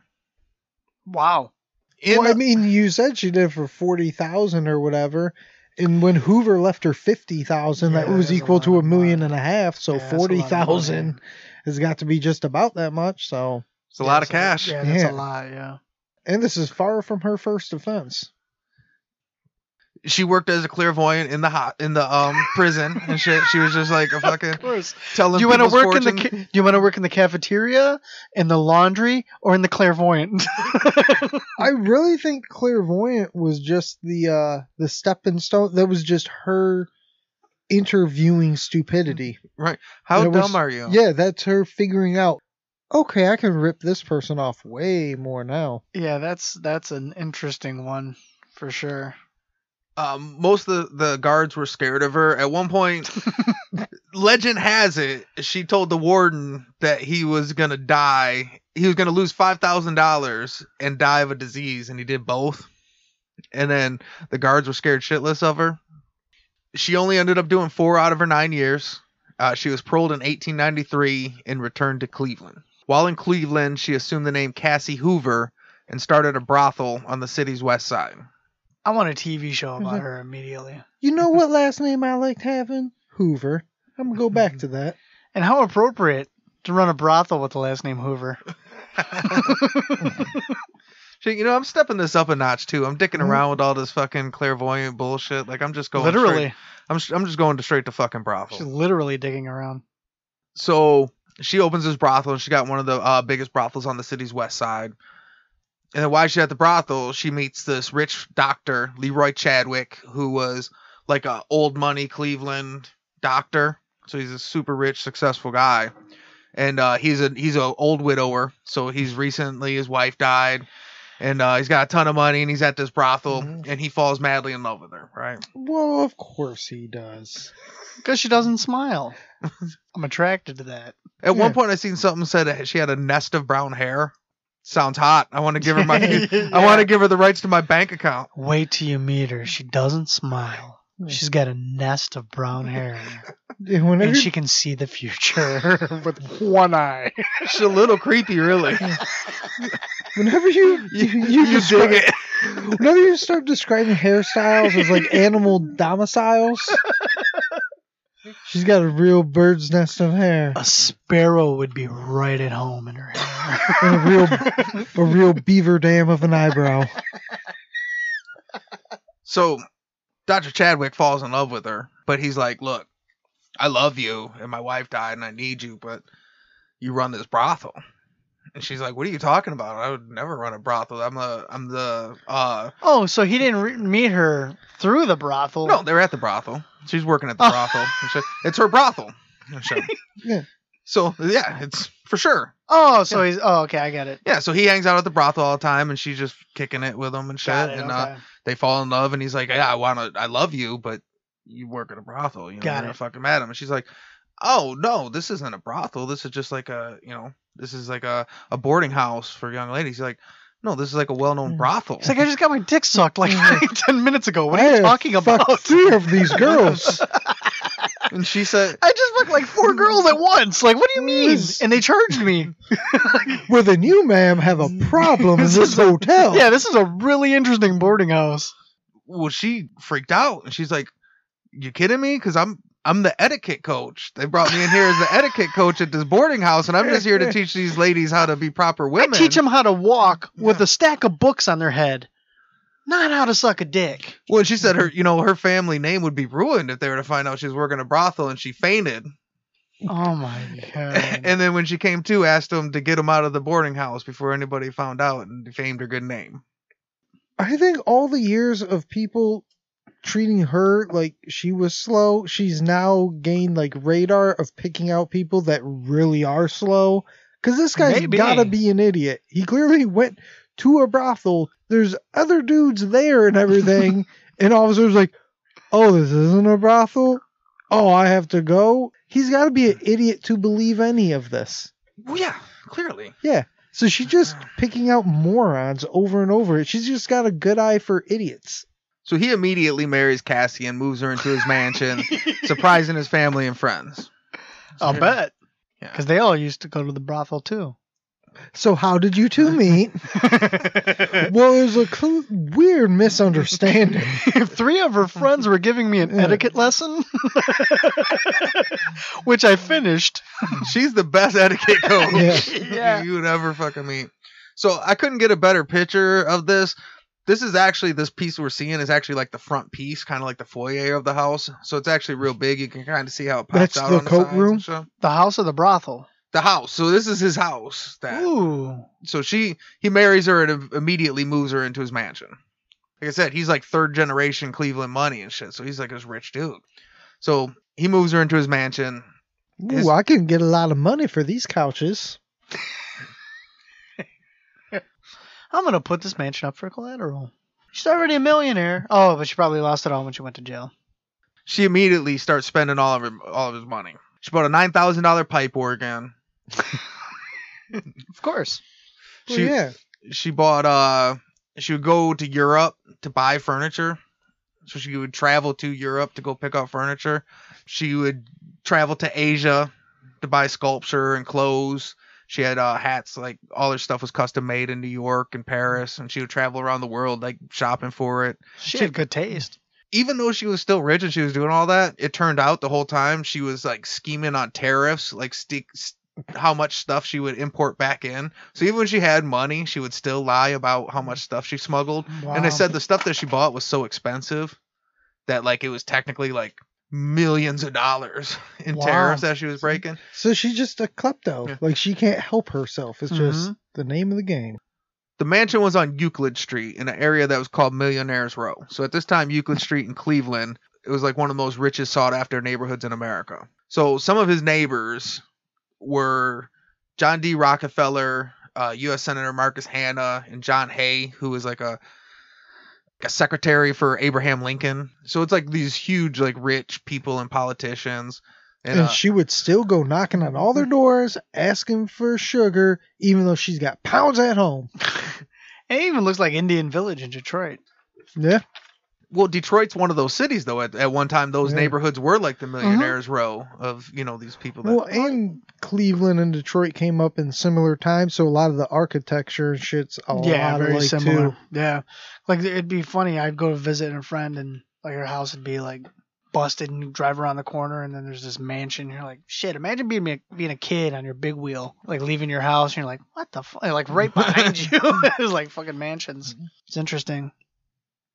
Wow. In well, I mean, you said she did it for forty thousand or whatever, and when Hoover left her fifty thousand, that Yeah, was that's a equal lot to a of million money. and a half. So Yeah, that's a lot of forty thousand has got to be just about that much. So, It's a lot of That's cash. Yeah, that's Yeah. a lot. Yeah. and this is far from her first offense. She worked as a clairvoyant in the hot in the um prison and shit. She was just like a fucking Of course. telling. you want to people's work in the fortune. ca- you want to work in the cafeteria, in the laundry, or in the clairvoyant? (laughs) I really think clairvoyant was just the uh the stepping stone. That was just her interviewing stupidity. How there dumb was- are you? Yeah, that's her figuring out. Okay, I can rip this person off way more now. yeah, that's that's an interesting one for sure. Um, most of the, the guards were scared of her. At one point, legend has it she told the warden that he was gonna die. He was gonna lose five thousand dollars and die of a disease, and he did both. And then the guards were scared shitless of her. She only ended up doing four out of her nine years. Uh, she was paroled in 1893 and returned to Cleveland. While in Cleveland, she assumed the name Cassie Hoover and started a brothel on the city's west side. I want a TV show about Mhm. her immediately. You know (laughs) what last name I liked having? Hoover. I'm gonna go back (laughs) to that. And how appropriate to run a brothel with the last name (laughs) Hoover. Shit, you know, I'm stepping this up a notch too. I'm dicking Mm-hmm. around with all this fucking clairvoyant bullshit. Like I'm just going literally, Straight, I'm sh- I'm just going to straight to fucking brothel. she's literally digging around. so she opens this brothel and she got one of the uh, biggest brothels on the city's west side. And then while she's at the brothel, she meets this rich doctor, Leroy Chadwick, who was like a old money Cleveland doctor. So he's a super rich, successful guy. And uh, he's a he's a old widower, so he's recently his wife died, and uh, he's got a ton of money, and he's at this brothel, Mhm. and he falls madly in love with her, right? Well, of course he does. Because she doesn't (laughs) smile. I'm attracted to that. At Yeah. one point, I seen something said that she had a nest of brown hair. Sounds hot. I want to give (laughs) her my. I want to give her the rights to my bank account. Wait till you meet her. She doesn't smile. She's got a nest of brown hair, Whenever and (laughs) she can see the future (laughs) with one eye. It's a little creepy, (laughs) really. Whenever you (laughs) you, you, describe- it. whenever you start describing hairstyles as like animal domiciles, she's got a real bird's nest of hair. a sparrow would be right at home in her hair. and a real a real beaver dam of an eyebrow. So Dr. Chadwick falls in love with her, but he's like, Look, I love you, and my wife died, and I need you, but you run this brothel. And she's like, What are you talking about? I would never run a brothel. I'm a, I'm the, uh, (laughs) Oh, so he didn't re- meet her through the brothel. no, they're at the brothel. She's working at the Oh. brothel. And she- It's her (laughs) brothel. And she- Yeah. So, yeah, it's for sure. Oh, so he's. Oh, okay, I get it. Yeah, so he hangs out at the brothel all the time, and she's just kicking it with him and shit. Got it. and, okay. uh, they fall in love and he's like, Yeah, I wanna I love you, but you work at a brothel, you know, Got you're it. a fucking madam. And she's like, Oh no, this isn't a brothel. This is just like a you know, this is like a, a boarding house for young ladies. He's like, No, this is like a well known Mm. brothel. He's like, I just got my dick sucked like (laughs) ten minutes ago. What are I Mm-hmm. you have talking fucked about? Three of these girls. and she said (laughs) I just fucked like four girls at once. Like, what do you mean? This- And they charged (laughs) me. Well, then you, ma'am, have a problem in This this is- hotel. Yeah, this is a really interesting boarding house. Well, she freaked out and she's like, You kidding me? Because I'm I'm the etiquette coach. They brought me in here (laughs) as the etiquette coach at this boarding house, and I'm just here to teach these ladies how to be proper women. I teach them how to walk with Yeah. a stack of books on their head, not how to suck a dick. Well, she said her, you know, her family name would be ruined if they were to find out she was working a brothel, and she fainted. Oh my (laughs) god. and then when she came to, asked him to get him out of the boarding house before anybody found out and defamed her good name. I think all the years of people treating her like she was slow, she's now gained like radar of picking out people that really are slow. Because this guy's Maybe. gotta be an idiot. He clearly went to a brothel. There's other dudes there and everything. and officer's like, oh, this isn't a brothel. Oh, I have to go. He's gotta be an idiot to believe any of this. Well, yeah, clearly. So she's just picking out morons over and over. She's just got a good eye for idiots. So he immediately marries Cassie and moves her into his (laughs) mansion, surprising his family and friends. I'll bet. Yeah. Because they all used to go to the brothel too. So how did you two meet? well, it was a cl- weird misunderstanding. if three (laughs) of her friends were giving me an Yeah. etiquette lesson, (laughs) which I finished, She's the best etiquette coach Yeah. you would ever fucking meet. So I couldn't get a better picture of this. This is actually this piece we're seeing is actually like the front piece, kind of like the foyer of the house. So it's actually real big. You can kind of see how it pops That's out the on the coat sides room? and stuff. the house of the brothel. The house. So this is his house. That Ooh. so she he marries her and im- immediately moves her into his mansion. Like I said, he's like third generation Cleveland money and shit. So he's like this rich dude. So he moves her into his mansion. His- Ooh, I can get a lot of money for these couches. I'm gonna put this mansion up for collateral. She's already a millionaire. Oh, but she probably lost it all when she went to jail. she immediately starts spending all of her, all of his money. She bought a nine thousand dollar pipe organ. Of course. Well, She- yeah, She bought uh she would go to Europe to buy furniture. So she would travel to Europe to go pick up furniture. She would travel to Asia to buy sculpture and clothes. She had uh, hats like all her stuff was custom made in New York and Paris, and she would travel around the world like shopping for it. She had good taste. even though she was still rich and she was doing all that, it turned out the whole time she was like scheming on tariffs, like st- how much stuff she would import back in. So even when she had money, she would still lie about how much stuff she smuggled. And Wow. they said the stuff that she bought was so expensive that like it was technically like millions of dollars in Wow. tariffs that she was breaking. so she's just a klepto. Yeah. Like she can't help herself. It's just Mhm. the name of the game. The mansion was on Euclid Street in an area that was called Millionaires Row. So at this time, Euclid Street in Cleveland, it was like one of the most richest sought after neighborhoods in America. So some of his neighbors were John D. Rockefeller, uh, U.S. Senator Marcus Hanna, and John Hay, who was like a a secretary for Abraham Lincoln. So it's like these huge, like rich people and politicians. And, And uh, she would still go knocking on all their doors, asking for sugar, even though she's got pounds at home. It even looks like Indian Village in Detroit. Yeah. Well, Detroit's one of those cities, though. At, at one time, those Yeah. Uh-huh. neighborhoods were like the Millionaires Row of you know these people. That, Well, and Cleveland and Detroit came up in similar times, so a lot of the architecture and shit's a yeah, lot very alike, similar. too. Yeah, like it'd be funny. I'd go to visit a friend, and like her house would be like busted, and you drive around the corner, and then there's this mansion. You're like, shit. Imagine being a, being a kid on your big wheel, like leaving your house, and you're like, what the fuck? Like right behind you (laughs) is like fucking mansions. It's interesting.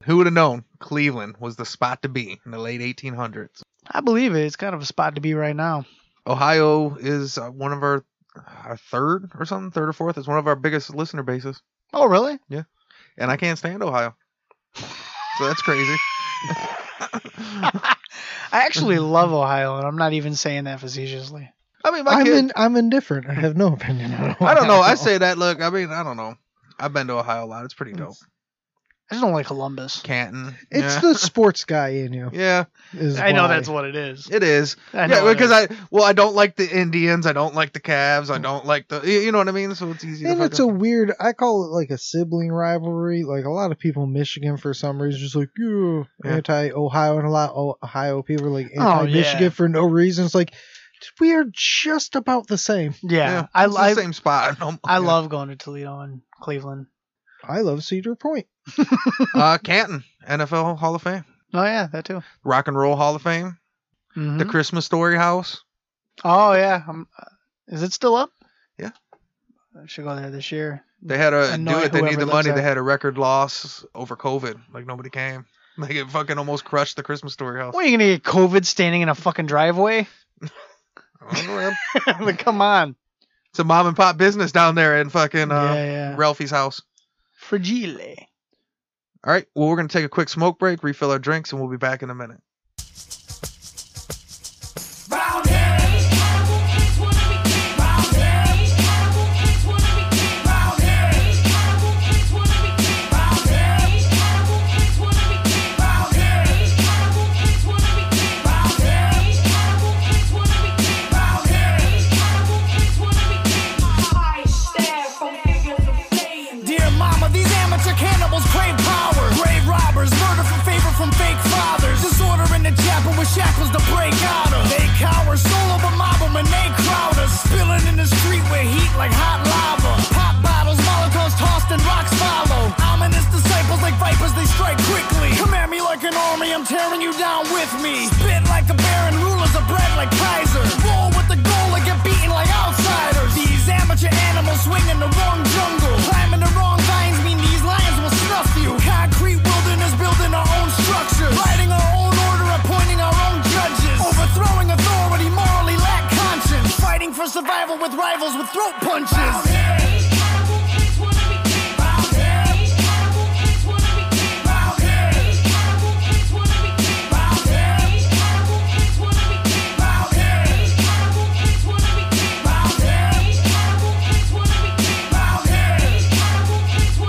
Who would have known Cleveland was the spot to be in the late 1800s? I believe it. It's kind of a spot to be right now. Ohio is uh, one of our, our third or something, third or fourth. It's one of our biggest listener bases, Oh, really? and I can't stand Ohio. So that's crazy. I actually love Ohio, and I'm not even saying that facetiously. I mean, my I'm kid. in, I'm indifferent. I have no opinion on I don't know. I Ohio. say that. Look, I mean, I don't know. I've been to Ohio a lot. It's pretty dope. I just don't like Columbus. Canton. it's yeah. the sports guy in you. yeah, Is I know why. that's what it is. it is. I know Yeah, it because is. I well, I don't like the Indians. I don't like the Cavs. I don't like the. You you know what I mean. So it's easy. And to it's a fucking- weird. I call it like a sibling rivalry. Like a lot of people in Michigan, for some reason, just like you Yeah. anti Ohio, and a lot of Ohio people are like Oh, yeah. anti Michigan for no reason. It's like we are just about the same. yeah, yeah, I, it's the I, same spot. Um, I yeah. love going to Toledo and Cleveland. I love Cedar Point. uh, Canton NFL Hall of Fame, Oh yeah, that too. Rock and Roll Hall of Fame, Mhm. the Christmas Story House. oh yeah, I'm, uh, is it still up? Yeah. I should go there this year. They had to do Annoy it. They whoever need the lives money. there. They had a record loss over COVID. Like nobody came. (laughs) Like it fucking almost crushed the Christmas Story House. What are you gonna get COVID standing in a fucking driveway? (laughs) I don't know, man. like, come on. it's a mom and pop business down there in fucking uh, yeah, yeah. Ralphie's house. Fragile. All right. Well, we're going to take a quick smoke break, refill our drinks, and we'll be back in a minute. I stare from figure to fame. Dear mama, these amateur cannibals crave power. Grave robbers, murder for favor from fake fathers. Disorder in the chapel with shackles to break out of. They cower, soul of a mob when they crowd us. Spilling in the street with heat like hot lava. Pop bottles, molotovs tossed and rocks follow. Ominous disciples like vipers, they strike quickly. Come at me like an army, I'm tearing you down with me. Spit like a baron, rulers are bred like Kaiser. Roll with the goal or get beaten like outsiders. These amateur animals swing in the wrong jungle. Climbing the wrong vines mean these lions will snuff you. Concrete wilderness building our own structures. Writing our own order, appointing our own judges. Overthrowing authority, morally lack conscience. Fighting for survival with rivals with throat punches.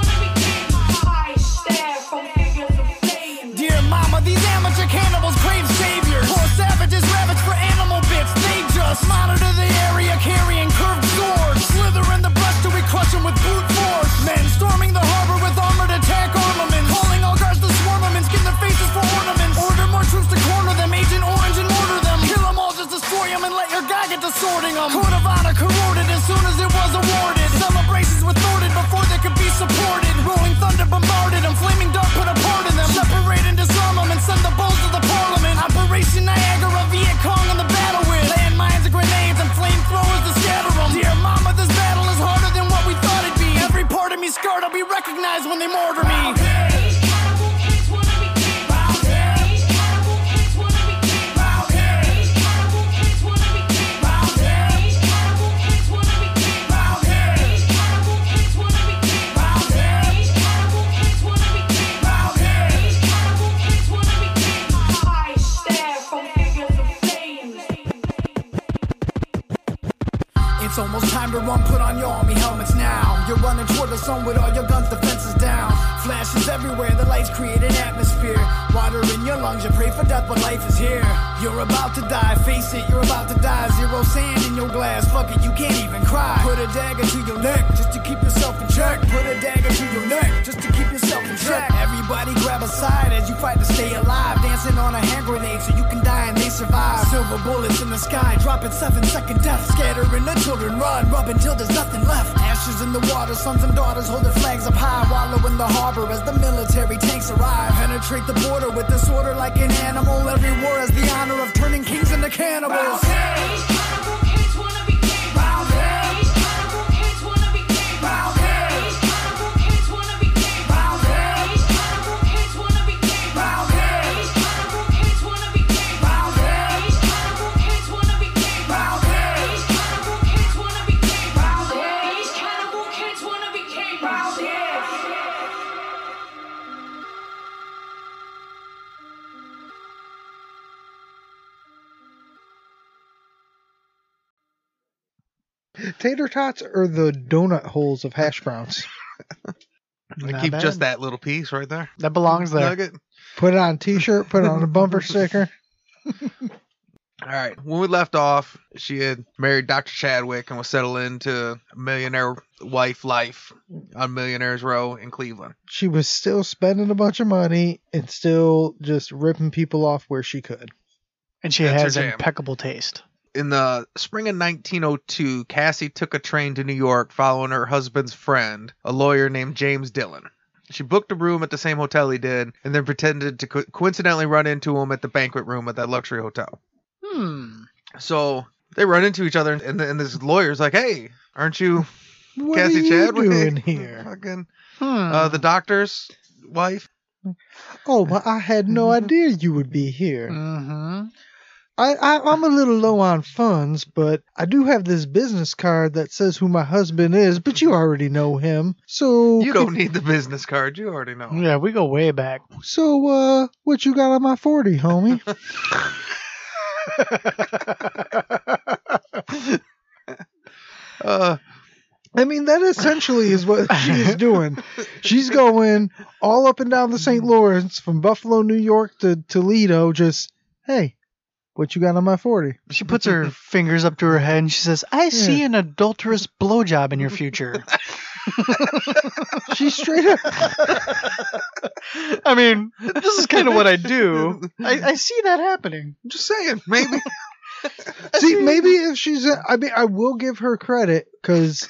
I stare from figure to fame. Dear mama, these amateur cannibals crave saviors. Poor savages ravaged for animal bits. They just monitor the area carrying curved swords. Slither in the brush till we crush them with brute force. Men storming the harbor with armored attack armaments. Calling all guards to swarm them and skin their faces for ornaments. Order more troops to corner them. Agent Orange and order them. Kill them all, just destroy them and let your guy get to sorting them. Code of honor corroded as soon as it was awarded. Celebrations were thwarted before they could be supported. Rolling thunder bombarded them. Flaming dark put a part in them. Separate and disarm them and send the bulls to the parliament. Operation Niagara, Viet Cong in the battle with. Landmines and grenades and flamethrowers to scatter them. Dear mama, this battle is harder than what we thought it'd be. Every part of me scarred, I'll be recognized when they mortar me. I stare from figure to fame. It's almost time to run, put on your army helmets now. You're running toward the sun with all your guns, defenses down. Flashes everywhere, the lights create an atmosphere. Water in your lungs, you pray for death, but life is here. You're about to die, face it, you're about to die. Zero sand in your glass, fuck it, you can't even cry. Put a dagger to your neck just to keep yourself in check. Put a dagger to your neck just to keep yourself in check. Everybody grab a side as you fight to stay alive. Dancing on a hand grenade so you can die and they survive. Silver bullets in the sky, dropping seven second death. Scattering the children, run, rub until there's nothing left. Ashes in the water, sons and daughters holding flags up high. Wallow in the harbor as the military tanks arrive. Penetrate the border with disorder like an animal. Every war has the honor of turning kings into cannibals. These cannibal kids wanna be kings. These cannibal kids wanna be kings. These cannibal kids wanna be kings. These cannibal kids wanna be kings. These cannibal kids wanna be kings. These cannibal kids wanna be kings. These cannibal kids wanna be kings. These cannibal kids wanna be kings. Tater tots are the donut holes of hash browns. I Not keep just bad. that little piece right there. That belongs there. Nugget. Put it on a t-shirt, put it on a bumper sticker. All right. When we left off, she had married Dr. Chadwick and was settling into a millionaire wife life on Millionaires Row in Cleveland. She was still spending a bunch of money and still just ripping people off where she could. And she That's her has jam. impeccable taste. In the spring of 1902, Cassie took a train to New York following her husband's friend, a lawyer named James Dillon. She booked a room at the same hotel he did and then pretended to co- coincidentally run into him at the banquet room at that luxury hotel. Hmm. So they run into each other, and, and this lawyer's like, hey, aren't you What Cassie are you Chadwick? (laughs) doing here? (laughs) fucking Hmm. Uh-huh. uh, the doctor's wife? Oh, but I had no idea you would be Mm. here. hmm I, I I'm a little low on funds, but I do have this business card that says who my husband is. But you already know him, so You don't need the business card. You already know. Yeah, we go way back. So uh, what you got on my forty, homie? Uh, I mean, that essentially is what she's doing. She's going all up and down the St. Lawrence from Buffalo, New York to Toledo. Just hey, what you got on my forty? She (laughs) puts her fingers up to her head and she says, I see an adulterous blowjob in (laughs) your future. She straight up. I mean, this is kind of what (laughs) I do. I, I see that happening. I'm just saying, maybe. See, maybe if she's, a, I mean, I will give her credit because,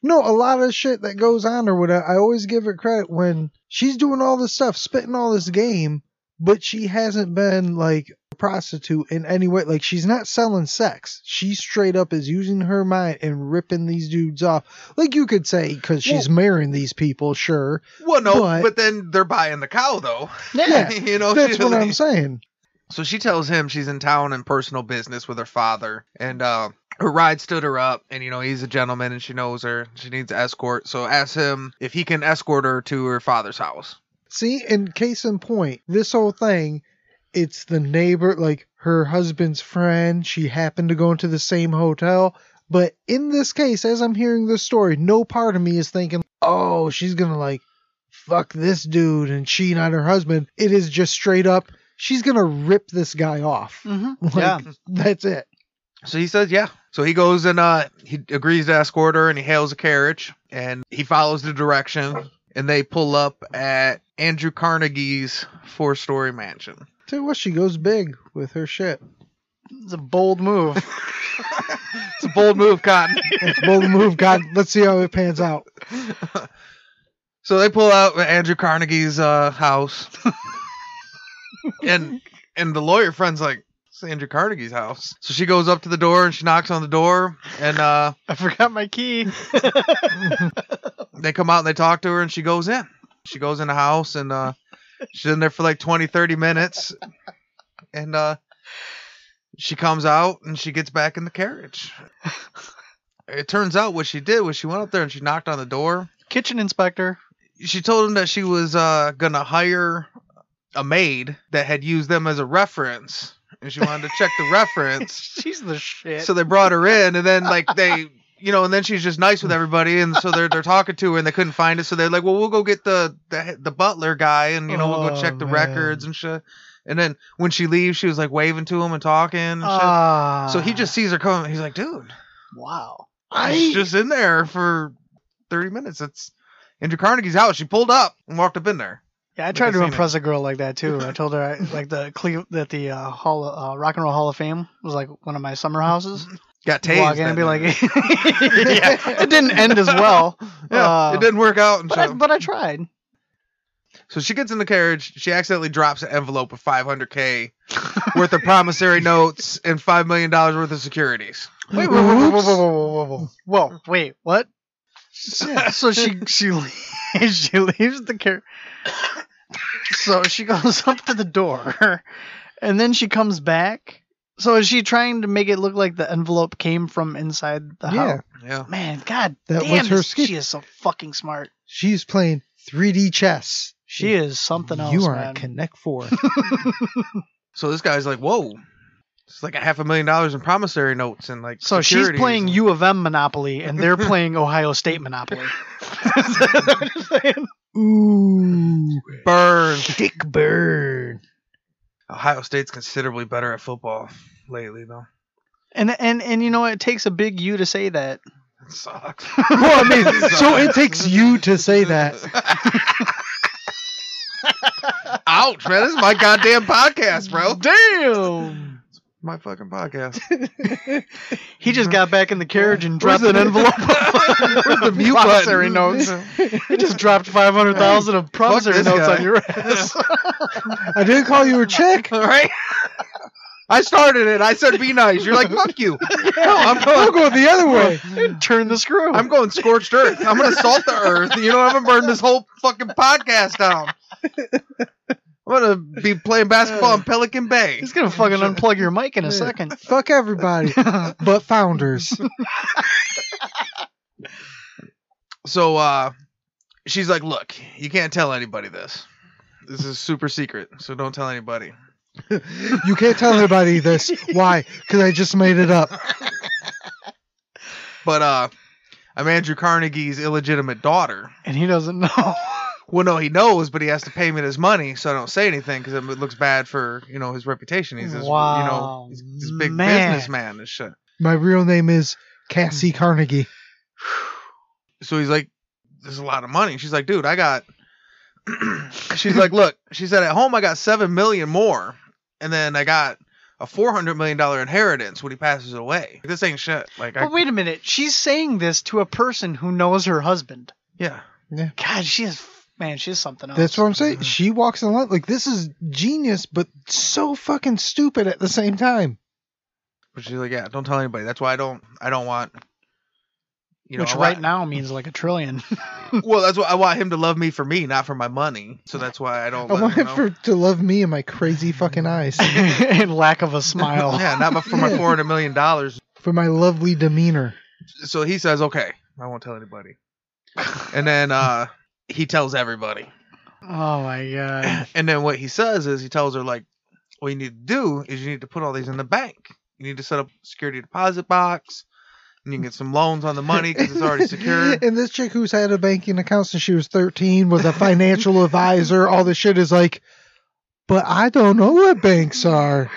no, a lot of shit that goes on or whatever, I always give her credit when she's doing all this stuff, spitting all this game, but she hasn't been like a prostitute in any way. Like, she's not selling sex. She straight up is using her mind and ripping these dudes off. Like, you could say, because she's marrying these people, sure. well, no, But- but, then they're buying the cow, though. (laughs) Yeah. you know, That's she- (laughs) what I'm saying. So she tells him she's in town in personal business with her father, and uh, her ride stood her up. And you know, he's a gentleman, and she knows her. She needs an escort, so asks him if he can escort her to her father's house. See, and case in point, this whole thing, it's the neighbor, like her husband's friend. She happened to go into the same hotel. But in this case, as I'm hearing this story, no part of me is thinking, oh, she's going to like fuck this dude and cheat on her husband. It is just straight up, she's going to rip this guy off. (laughs) Mhm. Like, yeah. That's it. So he says, yeah. So he goes and uh, he agrees to escort her, and he hails a carriage, and he follows the direction, and they pull up at Andrew Carnegie's four-story mansion. (laughs) Tell you what, she goes big with her shit. It's a bold move. It's a bold move, Cotton. (laughs) It's a (laughs) bold move, God. Let's see how it pans out. So they pull out at Andrew Carnegie's uh, house, (laughs) and and the lawyer friend's like, "It's Andrew Carnegie's house." So she goes up to the door and she knocks on the door, and uh, I forgot my (laughs) key. they come out and they talk to her, and she goes in. She goes in the house, and uh, she's in there for like 20, 30 minutes, and uh, she comes out and she gets back in the carriage. It turns out what she did was she went up there and she knocked on the door, Kitchen inspector. she told him that she was uh, gonna hire a maid that had used them as a reference, and she wanted to check the reference. She's the shit. So they brought her in, and then like they you know, and then she's just (laughs) nice with everybody, and so they're they're talking to her, and they couldn't find it, so they're like, well, we'll go get the the, the butler guy, and you know, we'll go Oh, check the man. records and shit. And then when she leaves, she was like waving to him and talking. And shit. Ah. so he just sees her coming. He's like, dude, Wow. she's I just in there for thirty minutes. It's Andrew Carnegie's house. She pulled up and walked up in there. Yeah, I Like tried I've to seen impress a girl like that too. (laughs) I told her I, like the Cle- that the uh, Hall of, uh, Rock and Roll Hall of Fame was like one of my summer houses. Mm-hmm. Got tased. Walk in that and be like, (laughs) night. (laughs) it didn't end as well, yeah, uh, it didn't work out. And but so. I, but I tried. So she gets in the carriage. She accidentally drops an envelope with (laughs) 500k worth of promissory notes and five million dollars worth of securities. Wait, whoa, whoa, whoa, whoa, whoa, whoa, whoa. whoa, wait, what? So she she leaves, (laughs) she leaves the car. So she goes (laughs) up to the door, and then she comes back. So is she trying to make it look like the envelope came from inside the Yeah. house? Yeah, Man, God That damn, was her this- skill. she is so fucking smart. She's playing 3D chess. She is something else. You are man. a Connect Four. (laughs) So this guy's like, whoa, it's like a half a million dollars in promissory notes and like. So she's securities. playing U of M Monopoly, and (laughs) they're playing Ohio State Monopoly. (laughs) I'm just saying. Ooh, burn. Dick Bird. Ohio State's considerably better at football lately, though. and and and you know what? it takes a big U to say that. It (laughs) sucks. Well, I mean, so it takes you to say that. (laughs) Ouch, man! This is my goddamn podcast, bro. Damn. My fucking podcast. He just got back in the carriage and dropped the- an envelope. Where's the mute promissory button? notes. He just dropped five hundred thousand of promissory this notes guy. on (laughs) your ass. I didn't call you a chick. (laughs) All right. I started it. I said be nice. You're like fuck you. No, I'm I'll going. go the other way. Turn the screw. I'm going scorched earth. I'm gonna salt the earth. You know I'm gonna burn this whole fucking podcast down. I'm gonna be playing basketball in Pelican Bay. He's gonna fucking unplug your mic in a second. Fuck (laughs) everybody, but founders. So uh, she's like, look, you can't tell anybody this. This is super secret, so don't tell anybody. You can't tell (laughs) anybody this. Why? Because I just made it up. But uh, I'm Andrew Carnegie's illegitimate daughter. And he doesn't know. Well, no, he knows, but he has to pay me his money, so I don't say anything because it looks bad for you know his reputation. He's this, you know Wow, he's this big man. businessman and shit. My real name is Cassie Carnegie. So he's like, "There's a lot of money." She's like, "Dude, I got." (clears throat) She's like, "Look," she said, "At home I got seven million more, and then I got a four hundred million dollar inheritance when he passes away. This ain't shit." Like, I, (laughs) But wait a minute, she's saying this to a person who knows her husband. yeah, God, she is man, she is something else. That's what I'm Mm-hmm. saying. She walks in line like this is genius, but so fucking stupid at the same time. but she's like, "Yeah, don't tell anybody." That's why I don't. I don't want. You know, Which I right want- now means like a trillion. (laughs) (laughs) Well, that's why I want him to love me for me, not for my money. So that's why I don't. I let want him him know. for to love me and my crazy (laughs) fucking eyes, and lack of a smile. Yeah, not for my (laughs) Yeah. four hundred million dollars. for my lovely demeanor. So he says, "Okay, I won't tell anybody." And then uh, he tells everybody. Oh my (coughs) god. And then what he says is he tells her like, "What you need to do is you need to put all these in the bank. You need to set up a security deposit box, and you can get some loans on the money because it's already secured." (laughs) and this chick who's had a banking account since she was 13 was a financial advisor. All this shit is like, but I don't know what (laughs) banks are.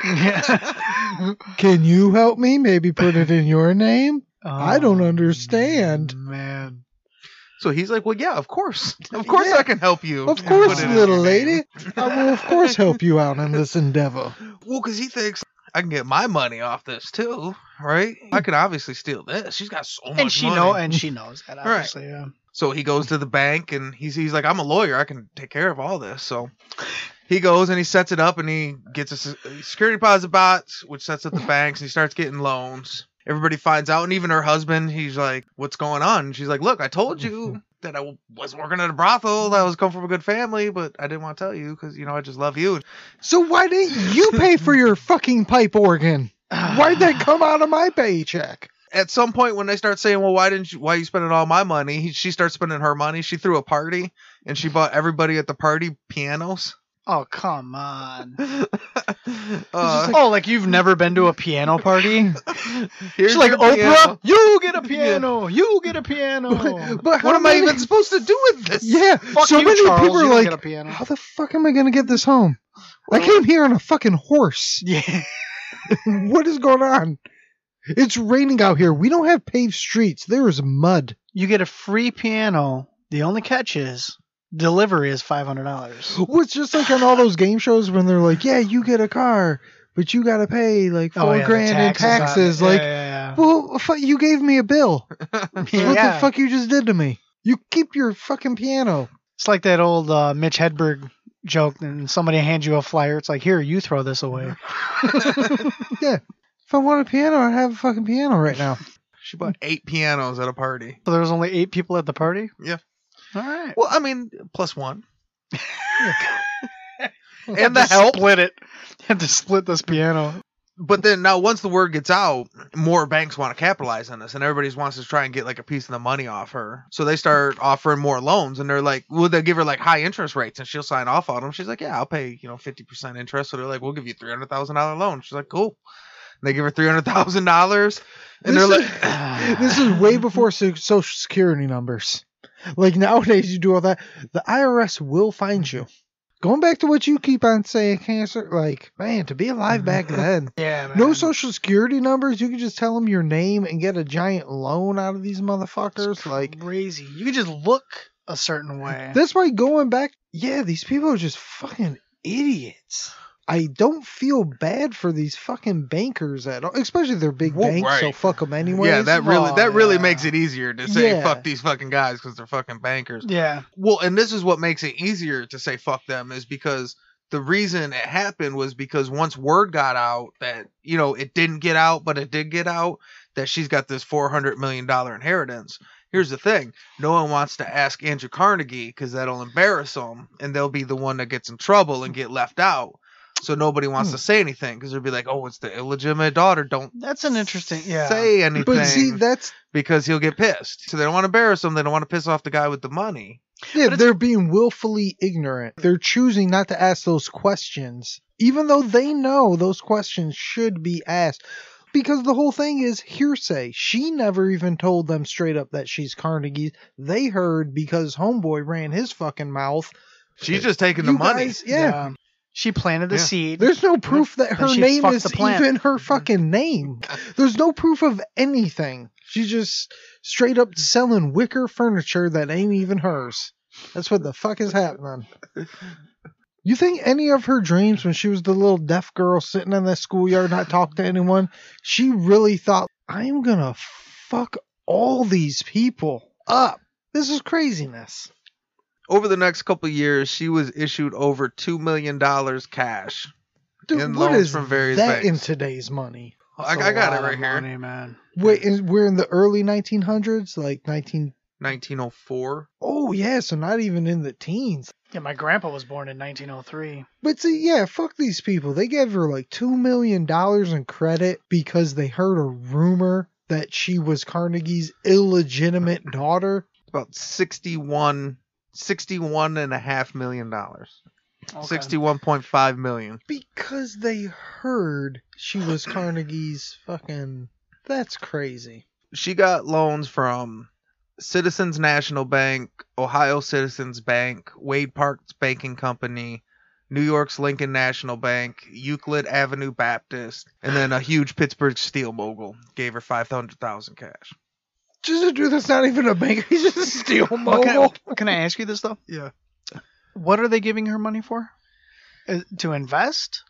Can you help me? Maybe put it in your name. I don't Oh, understand. Man. So he's like, "Well, yeah, of course, of course Yeah. I can help you. Of and course, put it in little your name." lady. I will of course help you out in this endeavor. Well, because he thinks I can get my money off this too, right? I can obviously steal this. She's got so much And she money. know and she knows that right. obviously, yeah. So he goes to the bank and he's he's like, I'm a lawyer. I can take care of all this. So he goes and he sets it up and he gets a se- a security deposit box, which sets up the banks and he starts getting loans. Everybody finds out, and even her husband, he's like, "What's going on?" And she's like, "Look, I told you that I was working at a brothel. That I was come from a good family, but I didn't want to tell you because you know I just love you." So why (laughs) didn't you pay for your fucking pipe organ? Why'd that come out of my paycheck? at some point when they start saying, "Well, why didn't you? Why you spending all my money?" He, she starts spending her money. She threw a party (laughs) (laughs) and she bought everybody at the party pianos. Oh come on. Uh, oh, like you've never been to a piano (laughs) party? here's She's like your Oprah. piano. You get a piano. You get a (laughs) piano. But What how am I many- even supposed to do with this? Yeah, Fuck so you, many Charles, people you are don't like, get a piano. how the fuck am I gonna get this home? I came here on a fucking horse. (laughs) yeah. what is going on? It's raining out here. We don't have paved streets. There is mud. You get a free piano. The only catch is delivery is five hundred dollars. Oh, It's just like on all those game shows when they're like, "Yeah, you get a car, but you gotta pay like Oh, four grand in taxes." Like, yeah, well, fu you gave me (laughs) a bill. yeah, So yeah. What the Yeah. fuck you just did to me? You keep your (laughs) fucking piano. (laughs) It's like that old uh, Mitch Hedberg joke, and somebody hands you a flyer. It's like, here, you throw this away. Mm-hmm. If I want a piano, I have a fucking piano right now. (laughs) She bought eight pianos at a party. So there was only eight people at the party. Yeah. All right. Well, I mean, plus one. and And the to help. split it. You had to split this piano. (sighs) But then now, once the word gets out, more banks want to capitalize on this, and everybody wants to try and get like a piece of the money off her. So they start offering more loans, and they're like, "Well, they'll give her like high interest rates, and she'll sign off on them." She's like, "Yeah, I'll pay you know fifty percent interest." So they're like, "We'll give you three hundred thousand dollar loan." She's like, "Cool." And they give her three hundred thousand dollars, and This they're is- like, (sighs) (laughs) this is way before so- social security numbers. Like nowadays, you do all that. The IRS will find you. Going back to what you keep on saying, cancer. Like, man, to be (laughs) alive back then, Yeah. no social security numbers. You can just tell them your name and get a giant loan out of these motherfuckers. Like, crazy. You could just look a certain way. that's why going back. Yeah, these people are just fucking idiots. I don't feel bad for these fucking bankers at all, especially they're big Well, banks. So right. fuck them anyways. "Yeah, that really Aw, that really yeah. makes it easier to say Yeah. fuck these fucking guys because they're fucking bankers." yeah. Well, and this is what makes it easier to say fuck them is because the reason it happened was because once word got out that, you know, it didn't get out, but it did get out that she's got this $400 million inheritance. Here's the thing no one wants to ask Andrew Carnegie because that'll embarrass them and they'll be the one that gets in trouble and get left out. So nobody wants Hmm. to say anything because they'll be like, oh, it's the illegitimate daughter. Don't That's an interesting. Yeah. say anything But see, that's because he'll get pissed. So they don't want to embarrass him. They don't want to piss off the guy with the money. Yeah, they're being willfully ignorant. They're choosing not to ask those questions, even though they know those questions should be asked. Because the whole thing is hearsay. She never even told them straight up that she's Carnegie's. They heard because Homeboy ran his fucking mouth. She's just taking the You money. guys- yeah. She planted the Yeah. seed. There's no proof that her she name fucked is the plant. even Mm-hmm. her fucking name. There's no proof of anything. She's just straight up selling wicker furniture that ain't even hers. That's what the fuck is happening. You think any of her dreams when she was the little deaf girl sitting in the schoolyard not talking to anyone, she really thought, I'm gonna fuck all these people up. This is craziness. over the next couple of years, she was issued over two million dollars cash. Dude, And what loans is from various that banks. in today's money? I, That's I a got lot it of right here. money, man. Wait, is, we're in the early 1900s, like 19. 1904. Oh yeah, so not even in the teens. Yeah, my grandpa was born in 1903. But see, yeah, fuck these people. They gave her like two million dollars in credit because they heard a rumor that she was Carnegie's illegitimate daughter. About 61, 61 and a half million dollars. Okay. 61.5 million. Because they heard she was Carnegie's fucking. That's crazy. She got loans from Citizens National Bank, Ohio Citizens Bank, Wade Park's Banking Company, New York's Lincoln National Bank, Euclid Avenue Baptist, and then a huge Pittsburgh steel mogul gave her 500,000 cash. Just a dude that's not even a banker. (laughs) He's just a steel mogul. Oh, Well, can, I, can I ask you this though? Yeah. What are they giving her money for? Is- Uh, to invest?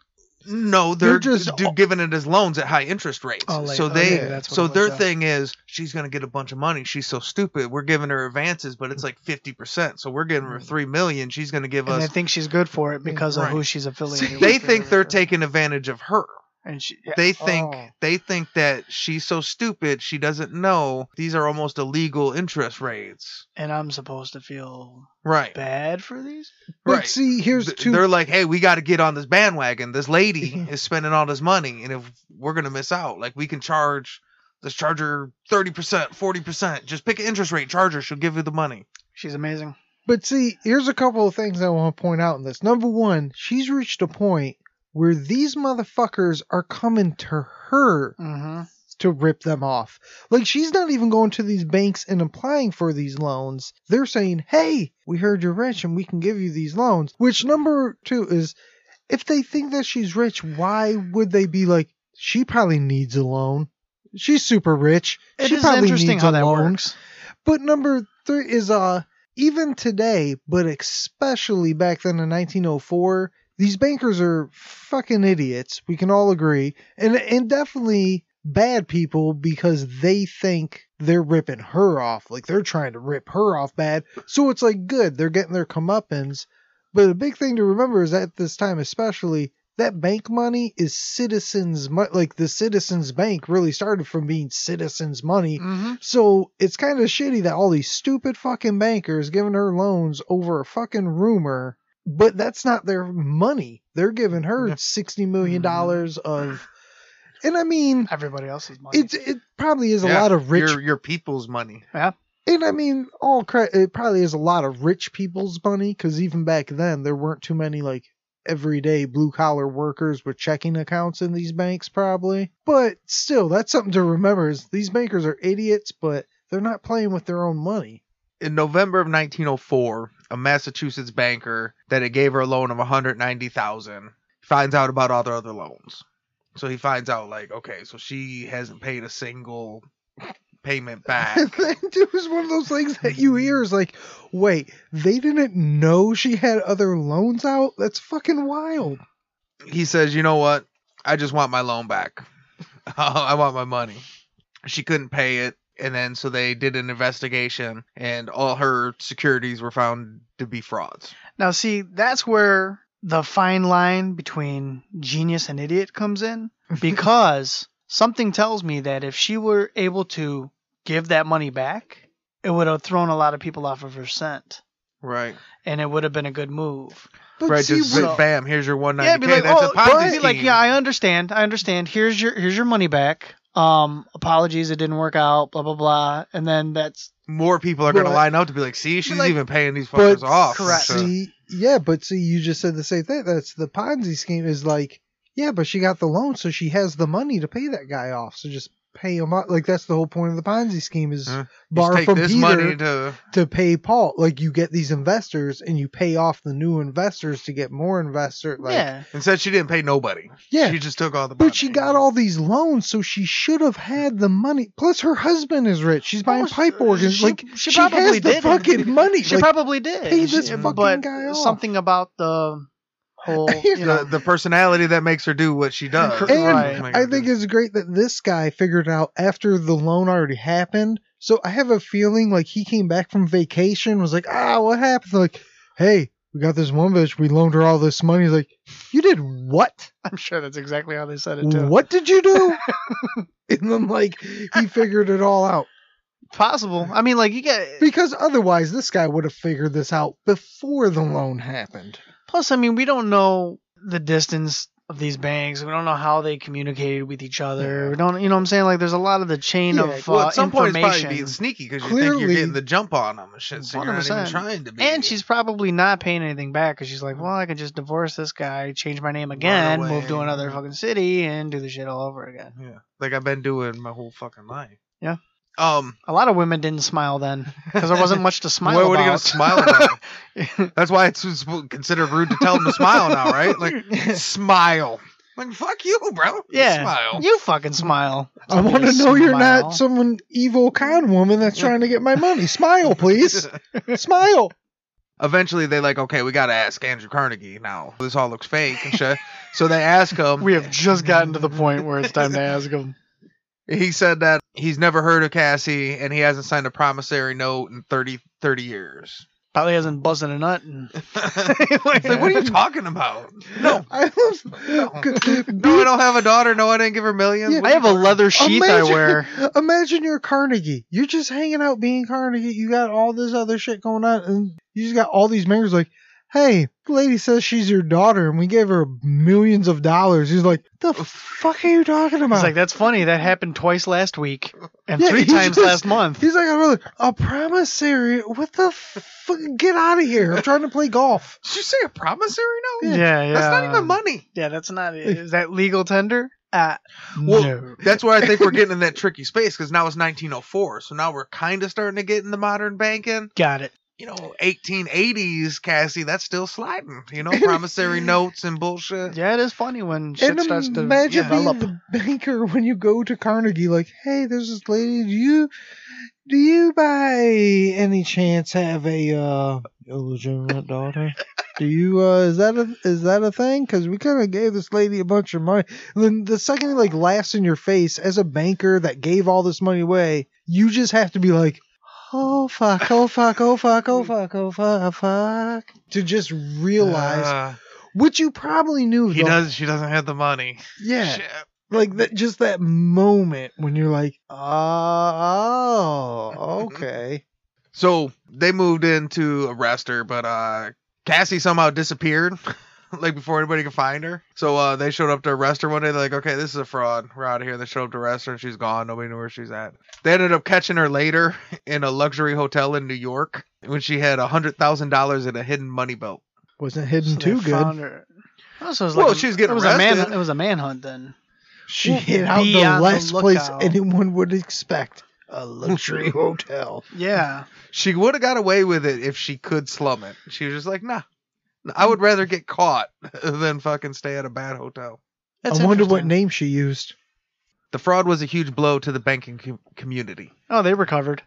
No, They're they're, just- just do, giving it as loans at high interest rates. Oh, like- so oh, they, yeah, that's what so it was, their yeah. thing is she's gonna get a bunch of money. She's so stupid. We're giving her advances, but it's like fifty percent. So we're giving her three million. She's gonna give Mm. and they us. think she's good for it because of who Right. she's affiliated They with. think they're taking advantage of her. And she, yeah. They think Oh. they think that she's so stupid she doesn't know these are almost illegal interest rates. and I'm supposed to feel Right. bad for these? But right. see, here's Th- two. They're like, hey, we got to get on this bandwagon. This lady (laughs) Mhm. is spending all this money, and if we're gonna miss out, like we can charge, let's charge her thirty percent, forty percent. Just pick an interest rate. Charge her. She'll give you the money. She's amazing. But see, here's a couple of things I want to point out in this. Number one, she's reached a point where these motherfuckers are coming to her Mm-hmm. to rip them off. Like she's not even going to these banks and applying for these loans. They're saying, "Hey, we heard you're rich and we can give you these loans." Which number 2 is if they think that she's rich, why would they be like she probably needs a loan? She's super rich. It she is probably interesting needs how a that loan. works. But number 3 is uh even today, but especially back then in 1904, these bankers are fucking idiots. We can all agree, and and definitely bad people because they think they're ripping her off, like they're trying to rip her off bad. So it's like good, they're getting their comeuppance. But a big thing to remember is at this time, especially that bank money is citizens' money. Like the citizens' bank really started from being citizens' money. Mm-hmm. So it's kind of shitty that all these stupid fucking bankers giving her loans over a fucking rumor, but that's not their money. They're giving her sixty million dollars of, and I mean, Everybody else's money. it it probably is a Yeah, lot of rich, your, your people's money. yeah. and I mean, all cre- it probably is a lot of rich people's money because even back then there weren't too many like everyday blue collar workers with checking accounts in these banks probably but still that's something to remember is these bankers are idiots but they're not playing with their own money (laughs) In November of 1904, a Massachusetts banker that had gave her a loan of 190,000 finds out about all their other loans. So he finds out like, okay, so she hasn't paid a single payment back. (laughs) and then it was one of those things that you hear is like wait they didn't know she had other loans out that's fucking wild he says, "You know what? I just want my loan back. (laughs) I want my money." She couldn't pay it, and then so they did an investigation, and all her securities were found to be frauds. Now, see, that's where the fine line between genius and idiot comes (laughs) in because something tells me that if she were able to give that money back, it would have thrown a lot of people off of her scent Right. and it would have been a good move. but right. see, Just what- what- bam. Here's your one Yeah, it'd ninety k. be like, That's oh, a Ponzi it'd be like, scheme. yeah, I understand. I understand. Here's your here's your money back. Um, apologies, it didn't work out. Blah blah blah. And then that's More people are going to But- line up to be like, "See, she's like- even paying these fuckers off." correct. So- See, yeah, but see, you just said the same thing. That's the Ponzi scheme is like, yeah, but she got the loan, so she has the money to pay that guy off. So just pay him off. Like that's the whole point of the Ponzi scheme is Huh. borrow just take from this Peter money to to pay Paul. Like you get these investors and you pay off the new investors to get more investor. Like, yeah. and said she didn't pay nobody. yeah. She just took all the money. but she got all these loans, so she should have had the money. Plus, her husband is rich. She's buying Well, pipe organs. uh, she- like she she, probably has the did. fucking money. She Like, probably did. pay this She- fucking but guy off. something about the (laughs) whole you know the, the personality that makes her do what she does. Cor- And Right. I think it's great that this guy figured out after the loan already happened. So I have a feeling like he came back from vacation, was like, ah, what happened? Like, hey, we got this one bitch, we loaned her all this money. He's like, you did what? I'm sure that's exactly how they said it too. What did you do? (laughs) and then, like, he figured it all out. Possible. I mean, like you get. Because otherwise, this guy would have figured this out before the loan happened. Plus, I mean, we don't know the distance of these banks. We don't know how they communicated with each other. We don't. You know what I'm saying? Like, there's a lot of the chain Yeah, of Well, uh, at some point, it's probably information. being sneaky because you think Clearly- you're getting the jump on them and shit. So you are not even 100%. trying to be. and she's probably not paying anything back because she's like, well, I could just divorce this guy, change my name again, away. move to another fucking city, and do the shit all over again. yeah, like I've been doing my whole fucking life. Yeah. Um. A lot of women didn't smile then because there (laughs) wasn't much to what, smile about. what are you gonna smile about? (laughs) That's why it's, it's considered rude to tell them to smile now, right? (laughs) Like (laughs) smile. Like fuck you, bro. yeah, Smile. you fucking smile. I want to know you're Smile. not someone evil con woman that's trying to get my money. Smile, please. Smile. Eventually, they like, okay, we gotta ask Andrew Carnegie now. This all looks fake and shit. so they ask him. (laughs) We have just gotten to the point where it's (laughs) time to ask him. He said that he's never heard of Cassie and he hasn't signed a promissory note in 30, 30 years. Probably hasn't busted a nut. (laughs) And... It's like, what are you talking about? No, I (laughs) was, no, I don't have a daughter. No, I didn't give her millions. Yeah. What I are have a leather sheath I Imagine- wear. Imagine you're Carnegie. You're just hanging out being Carnegie. You got all this other shit going on, and you just got all these members like, hey, lady says she's your daughter and we gave her millions of dollars. He's like, the fuck are you talking about? He's like, that's funny. That happened twice last week and Yeah, three he times just- last (laughs) month. He's like, I'm like, a promissory? What the fuck? Get out of here. I'm trying to play golf. Did you say a promissory note? Yeah, yeah. That's not even money. Yeah, that's not. Is that legal tender? Uh, Well, no. that's where I think we're getting in that tricky space because now it's 1904. So now we're kind of starting to get in the modern banking. Got it. You know, 1880s, Cassie, that's still sliding. You (laughs) know, promissory notes and bullshit. Yeah, it is funny when shit starts and to imagine develop. being the (laughs) banker when you go to Carnegie, like, hey, there's this lady. Do you, do you by any chance have a uh, illegitimate daughter? Do you uh, is that a is that a thing? Because we kind of gave this lady a bunch of money. And then the second he like laughs in your face as a banker that gave all this money away, you just have to be like, oh fuck, oh fuck, oh fuck, oh fuck, oh fuck, fuck, to just realize Uh, which you probably knew. he the- does. She doesn't have the money. yeah Shit. like that just that moment when you're like oh (laughs) okay So they moved in to arrest her, but uh, Cassie somehow disappeared, (laughs) like before anybody could find her. So uh, they showed up to arrest her one day. They're like, okay, this is a fraud. We're out of here. They showed up to arrest her, and she's gone. Nobody knew where she's at. They ended up catching her later (laughs) in a luxury hotel in New York when she had a hundred thousand dollars in a hidden money belt. wasn't So hidden they too found good her. Oh, so it was Well, like a- she was getting it was a man. arrested. It was a manhunt then. she Well, hit out be the on the last place lookout. anyone would expect a (laughs) luxury hotel Yeah. She would have got away with it if she could slum it. She was just like, nah. I would rather get caught (laughs) than fucking stay at a bad hotel. i wonder what interesting. name she used The fraud was a huge blow to the banking com- community. Oh, they recovered.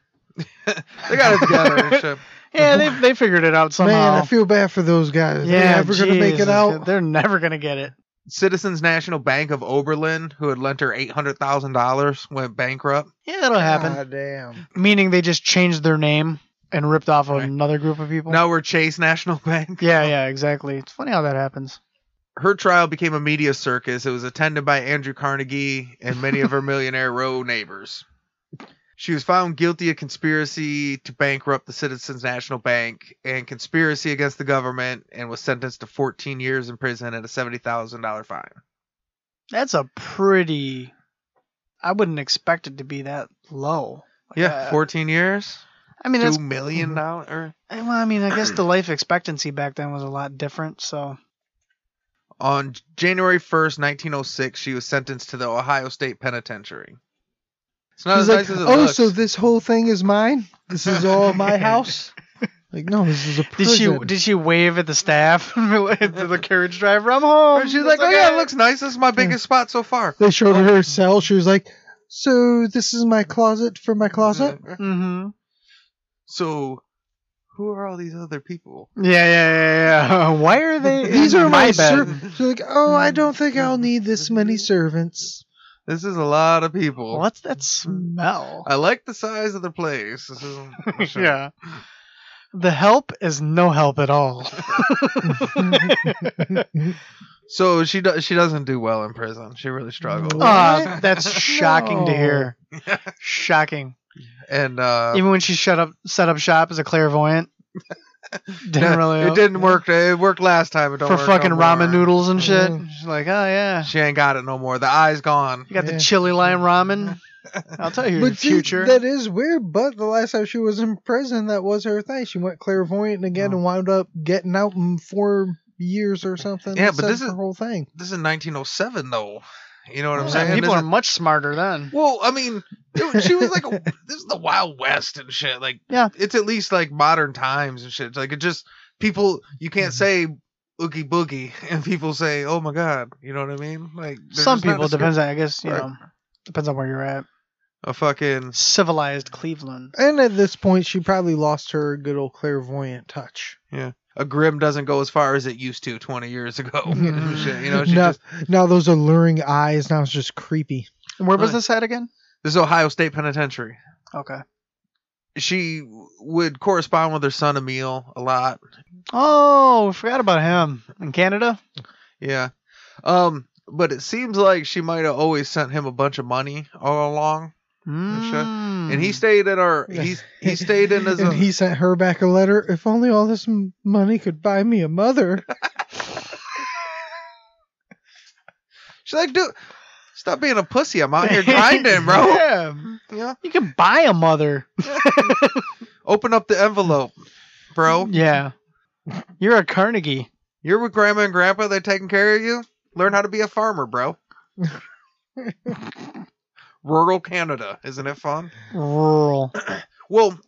They got it together (laughs) and shit. Yeah, they they figured it out somehow. man i feel bad for those guys yeah, they're never gonna make it Jesus, out They're never gonna get it. Citizens National Bank of Oberlin, who had lent her eight hundred thousand dollars, went bankrupt. Yeah, that'll happen. God damn Meaning they just changed their name and ripped off Right. another group of people. Now we're Chase National (laughs) Bank. Yeah, yeah, exactly. It's funny how that happens. Her trial became a media circus. It was attended by Andrew Carnegie and many (laughs) of her millionaire row neighbors. She was found guilty of conspiracy to bankrupt the Citizens National Bank and conspiracy against the government, and was sentenced to 14 years in prison and a seventy thousand dollar fine. That's a pretty. I wouldn't expect it to be that low. Like, Yeah, uh, 14 years, I mean, two it's, million dollars. eh, well, I mean, I guess the life expectancy back then was a lot different. So On J- January 1st, 1906, she was sentenced to the Ohio State Penitentiary. It's not as He's like, nice as it oh looks. so this whole thing is mine this (laughs) is all my house like no this is a did prison. she? Did she wave at the staff, (laughs) to the carriage driver? I'm home. And she's like, oh yeah, it looks nice. This is my biggest spot so far. they showed her her cell she was like so this is my closet for my closet Mm-hmm. So, who are all these other people? Yeah, yeah, yeah, (laughs) yeah. Why (laughs) are they? These in are my, bed? servants. They're like, oh, I don't think I'll need this (laughs) many servants. This is a lot of people. What's (laughs) that smell? I like the size of the place. This is Yeah. (laughs) The help is no help at all. So she do- she doesn't do well in prison. She really struggles. Ah, that's shocking to No. hear. Shocking. (laughs) And (laughs) uh, Even when she shut up, set up shop as (laughs) a clairvoyant, didn't no, really. it didn't work. It worked last time. It don't for work fucking no ramen more. Mm-hmm. noodles and shit. Mm. She's like, oh yeah, She ain't got it no more. The eye's gone. you got Yeah. the chili lime (laughs) ramen. I'll tell you your But see, future. that is weird. But the last time she was in prison, that was her thing. She went clairvoyant again Oh. and wound up getting out in four years or something. Yeah, That but says this is- her whole thing. this is 1907 though. You know what I'm Yeah, saying? people This are is- much smarter then. well, I mean, dude, she was (laughs) like, a, this is the Wild West and shit. Like, Yeah. it's at least like modern times and shit. It's like it just people you can't Mm-hmm. say oogie boogie (laughs) and people say, oh my god. You know what I mean? Like they're Some just not people descri- depends on, I guess, you Right. know, depends on where you're at. A fucking Civilized Cleveland. And at this point, she probably lost her good old clairvoyant touch. a grim doesn't go as far as it used to 20 years ago. (laughs) Mm-hmm. and shit, you know, she now, just, now those alluring eyes. Now it's just creepy. And where was Right. this at again? this is Ohio State Penitentiary. Okay. She would correspond with her son Emil a lot. Oh, we forgot about him in Canada. Yeah. Um, but it seems like she might have always sent him a bunch of money all along. Hmm. and (laughs) he stayed in our he he stayed (laughs) in his Hmm. and he sent her back a letter. If only all this m- money could buy me a mother. (laughs) she's like dude stop being a pussy i'm out here (laughs) grinding bro Yeah. Yeah. You can buy a mother. open up the envelope bro Yeah. You're a Carnegie. you're with grandma and grandpa they're taking care of you learn how to be a farmer (laughs) bro rural canada isn't it fun Rural. Well,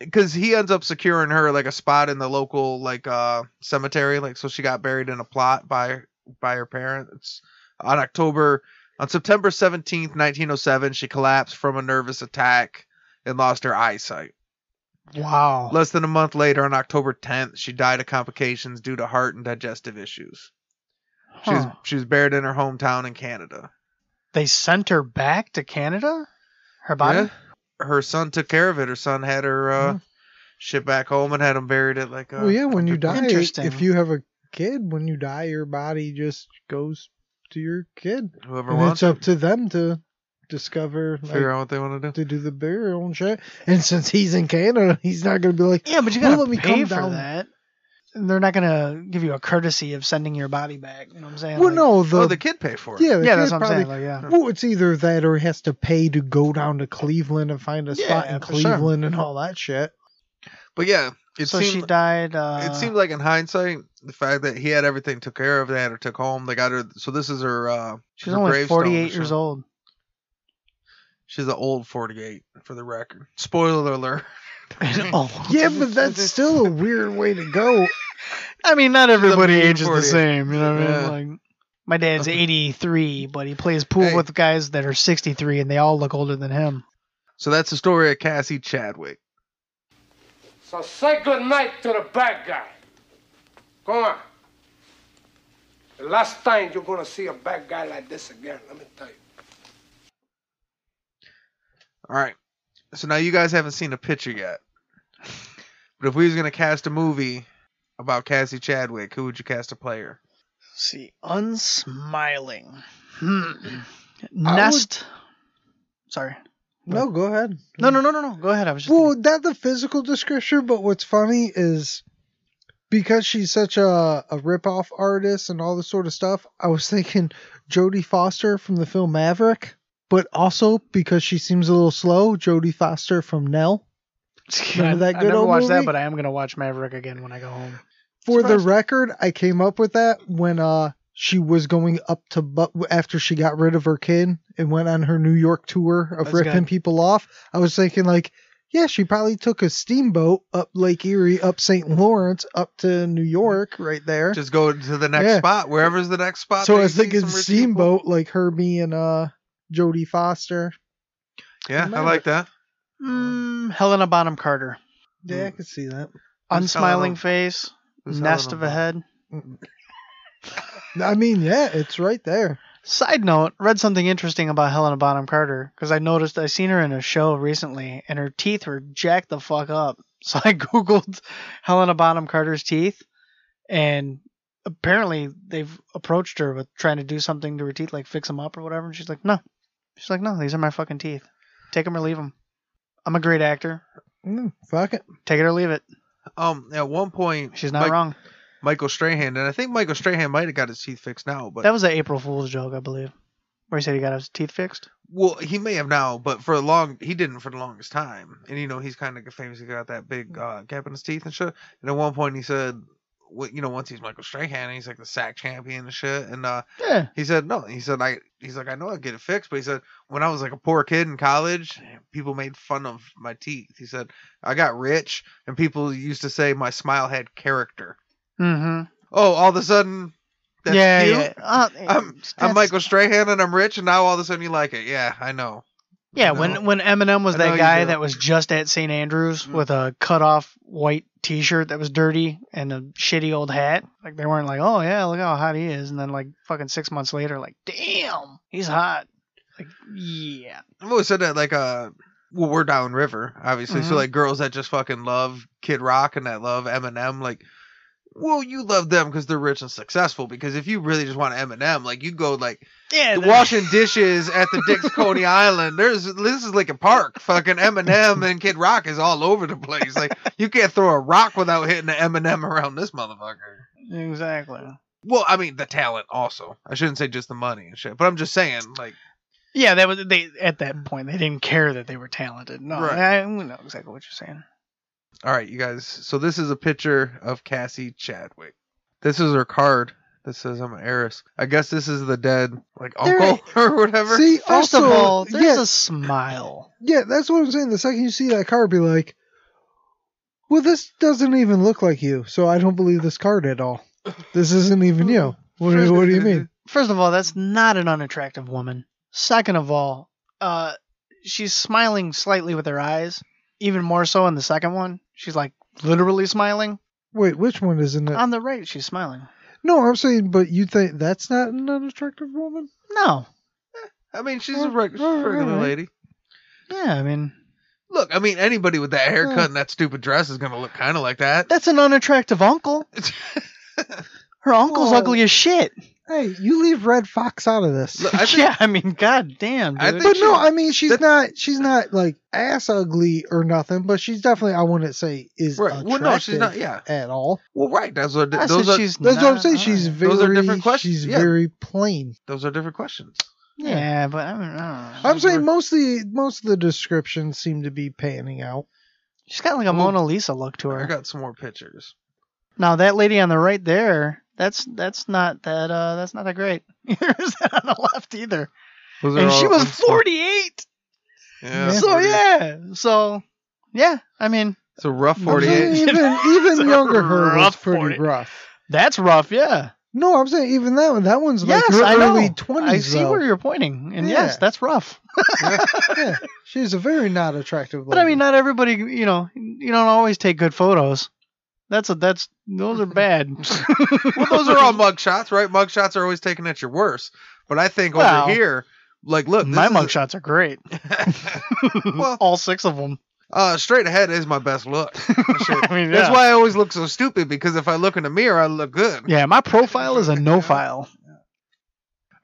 because he ends up securing her like a spot in the local like uh cemetery, like so she got buried in a plot by by her parents on October on September seventeenth, nineteen oh seven. She collapsed from a nervous attack and lost her eyesight. Wow. Less than a month later, on October tenth, she died of complications due to heart and digestive issues. She was Huh. she was buried in her hometown in Canada. They sent her back to Canada? Her body? Yeah. Her son took care of it. Her son had her uh, shit back home and had him buried at like uh, a well, yeah, when you die, Interesting. if you have a kid, when you die, your body just goes to your kid. whoever And wants it's up to them to discover, like, figure out what they want to do. to do the burial and shit. And since he's in Canada, he's not going to be like, Yeah, but you "Well, gotta let me pay come for down." that. They're not gonna give you a courtesy of sending your body back. You know what I'm saying? Well, Like- no, the, oh, the kid paid for it. yeah, the Yeah, kid that's what I'm probably, saying. Like, uh-huh. yeah. Well, it's either that or he has to pay to go down to Cleveland and find a spot Yeah, in for sure. Cleveland and all that shit. But yeah, it so she seemed died. Uh, it seemed like in hindsight, the fact that he had everything took care of, they had her took home, they got her. So this is her. uh she's her only gravestone 48 and years shit. old. She's an old forty-eight for the record. Spoiler alert. oh, Yeah, but that's still a weird way to go. (laughs) I mean, not everybody mean ages the 48. same. You know what Yeah. I mean? Like, my dad's 83, but he plays pool Hey. with guys that are 63, and they all look older than him. So that's the story of Cassie Chadwick. So say goodnight to the bad guy. Go on. The last time you're gonna see a bad guy like this again, let me tell you. All right. So now you guys haven't seen a picture yet, but if we was gonna cast a movie about Cassie Chadwick, who would you cast a player? Let's see, unsmiling. Hmm. Nest. Sorry. No, go ahead. No, no, no, no, no. Go ahead. I was just. Well, not the physical description, but what's funny is because she's such a, a rip-off artist and all this sort of stuff, I was thinking Jodie Foster from the film Maverick, but also because she seems a little slow, Jodie Foster from Nell. thinking- remember that I, good I never old watched that, movie? but I am gonna watch Maverick again when I go home. For the Surprised. record, I came up with that when uh she was going up to but after she got rid of her kid and went on her New York tour of That's ripping good. people off. I was thinking like, yeah, she probably took a steamboat up Lake Erie, up St. Lawrence, up to New York, right there. Just go to the next Yeah. spot, wherever's the next spot. so that I you was see thinking some rich people. steamboat, like her being uh Jodie Foster. Yeah, I Remember. like that. Hmm, Mm, Helena Bonham Carter. Yeah, I could see that. Who's Helena- Unsmiling face, who's nest Helena of a Bonham- head. I mean, yeah, it's right there. Side note, read something interesting about Helena Bonham Carter because I noticed I seen her in a show recently and her teeth were jacked the fuck up. (laughs) So I googled Helena Bonham Carter's teeth and apparently they've approached her with trying to do something to her teeth, like fix them up or whatever. And she's like, no. She's like, no, these are my fucking teeth. Take them or leave them. I'm a great actor. Mm, fuck it. Take it or leave it. Um, at one point, She's not Mike- wrong. Michael Strahan, and I think Michael Strahan might have got his teeth fixed now, but That was an April Fool's joke, I believe, where he said he got his teeth fixed. well, he may have now, but for a long, he didn't for the longest time, and you know he's kind of famous. He got that big Mm. uh, gap in his teeth and shit. And at one point, he said, well, you know, once he's Michael Strahan, he's like the sack champion and shit. And uh, Yeah. he said, no, he said, I, he's like, I know I get it fixed, but he said, when I was like a poor kid in college, people made fun of my teeth. He said, I got rich, and people used to say my smile had character. Mm-hmm. Oh, all of a sudden, that's yeah, cute? yeah. Uh, I'm, I'm that's- Michael Strahan and I'm rich, and now all of a sudden you like it. Yeah, I know. Yeah, No. when when Eminem was I know that you guy do. Mm. that was just at St. Andrews with a cut off white T-shirt that was dirty and a shitty old hat, like they weren't like, oh yeah, look how hot he is, and then like fucking six months later, like damn, he's hot. Like yeah, I've always said that, like, uh, well, we're downriver, obviously. So, Mhm. like, girls that just fucking love Kid Rock and that love Eminem, like, Well, you love them because they're rich and successful. Because if you really just want Eminem, like you go like Yeah, the they're- washing dishes at the Dick's Coney Island. There's this is like a park. Fucking Eminem and Kid Rock is all over the place. Like you can't throw a rock without hitting an Eminem around this motherfucker. exactly. Well, I mean the talent also. I shouldn't say just the money and shit, but I'm just saying like Yeah, that was they at that point they didn't care that they were talented. No, Right. I, we know exactly what you're saying. All right, you guys. So this is a picture of Cassie Chadwick. This is her card that says "I'm an heiress." I guess this is the dead like There- uncle (laughs) or whatever. See, First also, of all, there's yeah, a smile. yeah, that's what I'm saying. The second you see that card, be like, "Well, this doesn't even look like you, so I don't believe this card at all. This isn't even you. What, do- what do you mean?" First of all, that's not an unattractive woman. Second of all, uh, she's smiling slightly with her eyes, even more so in the second one. She's like literally smiling. Wait, which one isn't it? On the right, she's smiling. no, I'm saying, but you think that's not an unattractive woman? No, I mean, she's a reg- she's a regular Alright. lady. yeah, I mean Look, I mean, anybody with that haircut and that stupid dress is gonna look kind of like that. that's an unattractive uncle. (laughs) Her uncle's Whoa. ugly as shit. Hey, you leave Red Fox out of this. Look, I think, (laughs) yeah, I mean, goddamn, dude. I think (laughs) but she- no, I mean she's that- not she's not like ass ugly or nothing, but she's definitely I wouldn't say is Right. Well, no, she's not. attractive Yeah. at all. Well, right. That's what. I Those said are she's That's what I'm not saying. She's ugly. very Those are different questions, She's yeah. very plain. those are different questions. Yeah, but I, mean, I don't know. I'm saying mostly most of the descriptions seem to be panning out. She's got like a Mona Lisa look to I her. got some more pictures. Now that lady on the right there, that's that's not that uh that's not that great. (laughs) There's that on the left either. Those are And she all- was 48. Yeah. So 48. yeah. So yeah, I mean It's a rough I'm saying forty-eight. Even (laughs) It's a even younger her was rough pretty 40. rough. that's rough, yeah. No, I'm saying even that one. That one's like yes, her I know. early twenties. I see where you're pointing. And yes, Yeah. that's rough. yeah, she's a very not attractive. Lady. But I mean not everybody, you know, you don't always take good photos. That's a that's those (laughs) are bad. (laughs) well, those are all mug shots, right? Mug shots are always taken at your worst. But I think Well, over here, like, look, this My is- mug shots (laughs) are great. Well- all six of them. uh, straight ahead is my best (laughs) look. Shit. I mean, That's yeah. why I always look so stupid because if I look in the mirror, I look good. Yeah, my profile is a no file.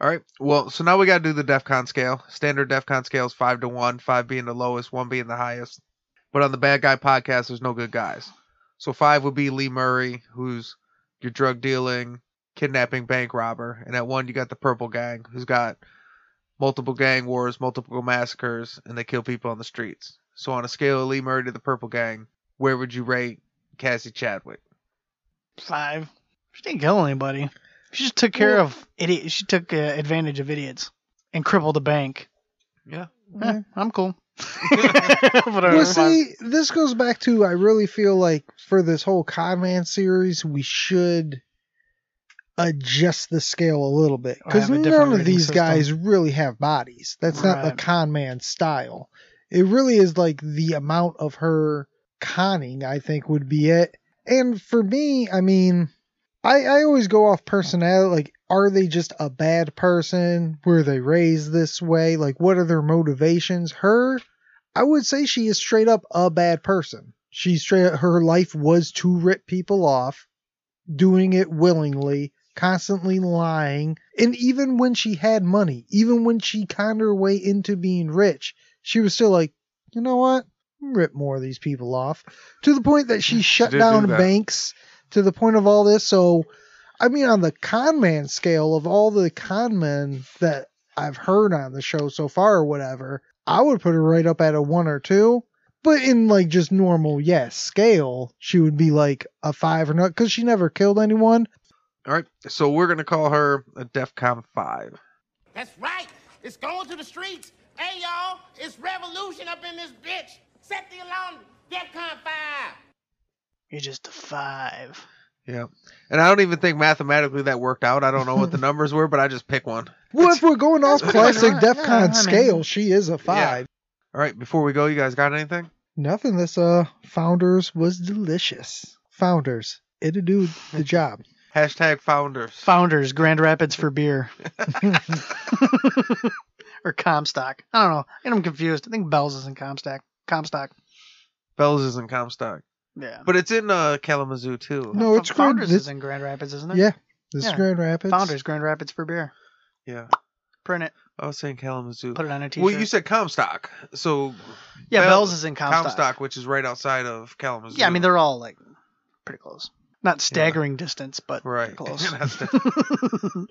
All right. Well, so now we got to do the DEF CON scale. Standard DEF CON scale is 5 to 1, 5 being the lowest, 1 being the highest. But on the Bad Guy podcast, there's no good guys. So 5 would be Lee Murray, who's your drug dealing, kidnapping bank robber. And at 1, you got the Purple Gang, who's got multiple gang wars, multiple massacres, and they kill people on the streets. So on a scale of Lee Murray to the Purple Gang, where would you rate Cassie Chadwick? Five. She didn't kill anybody. She just took care of idiot. She took uh, advantage of idiots and crippled the bank. Yeah. Eh, (laughs) I'm cool. (laughs) Whatever. Well, see, this goes back to I really feel like for this whole Conman series, we should adjust the scale a little bit Or have because a different none of rating these system. guys really have bodies. That's not the Right. Conman style. It really is like the amount of her conning, I think, would be it. And for me, I mean, I, I always go off personality. Like, are they just a bad person? Were they raised this way? Like, what are their motivations? Her, I would say she is straight up a bad person. She straight her life was to rip people off, doing it willingly, constantly lying, and even when she had money, even when she conned her way into being rich, she was still like, you know what? Rip more of these people off. To the point (laughs) that she shut did do down that. banks. To the point of all this, so I mean, on the con man scale of all the con men that I've heard on the show so far or whatever, I would put her right up at a one or two. But in like just normal, yes, scale, she would be like a five or not because she never killed anyone. All right. So we're going to call her a DEF CON 5. That's right. It's going to the streets. Hey, y'all, it's revolution up in this bitch. Set the alarm. DEFCON 5. You're just a five. Yeah. And I don't even think mathematically that worked out. I don't know what (laughs) the numbers were, but I just pick one. Well, if we're going off that's pretty much classic right, DEF yeah, CON I mean- scale, she is a five. All right, before we go, you guys got anything? Nothing. This uh, Founders was delicious. Founders, it'll do (laughs) the job. (laughs) Hashtag founders. Founders, Grand Rapids for beer. or Comstock. I don't know. And I'm confused. I think Bell's is in Comstock. Comstock. Bells is in Comstock. Yeah. But it's in uh, Kalamazoo too. No, it's Grand. Founders This, is in Grand Rapids, isn't it? yeah, this Yeah. is Grand Rapids. Founders, Grand Rapids for beer. Yeah, Print it. I was saying Kalamazoo. Put it on a t-shirt. Well, you said Comstock, so yeah, Bell- Bell's is in Comstock. Comstock, which is right outside of Kalamazoo. Yeah, I mean they're all like pretty close. Not staggering distance, but right (laughs) close. (laughs) That's the-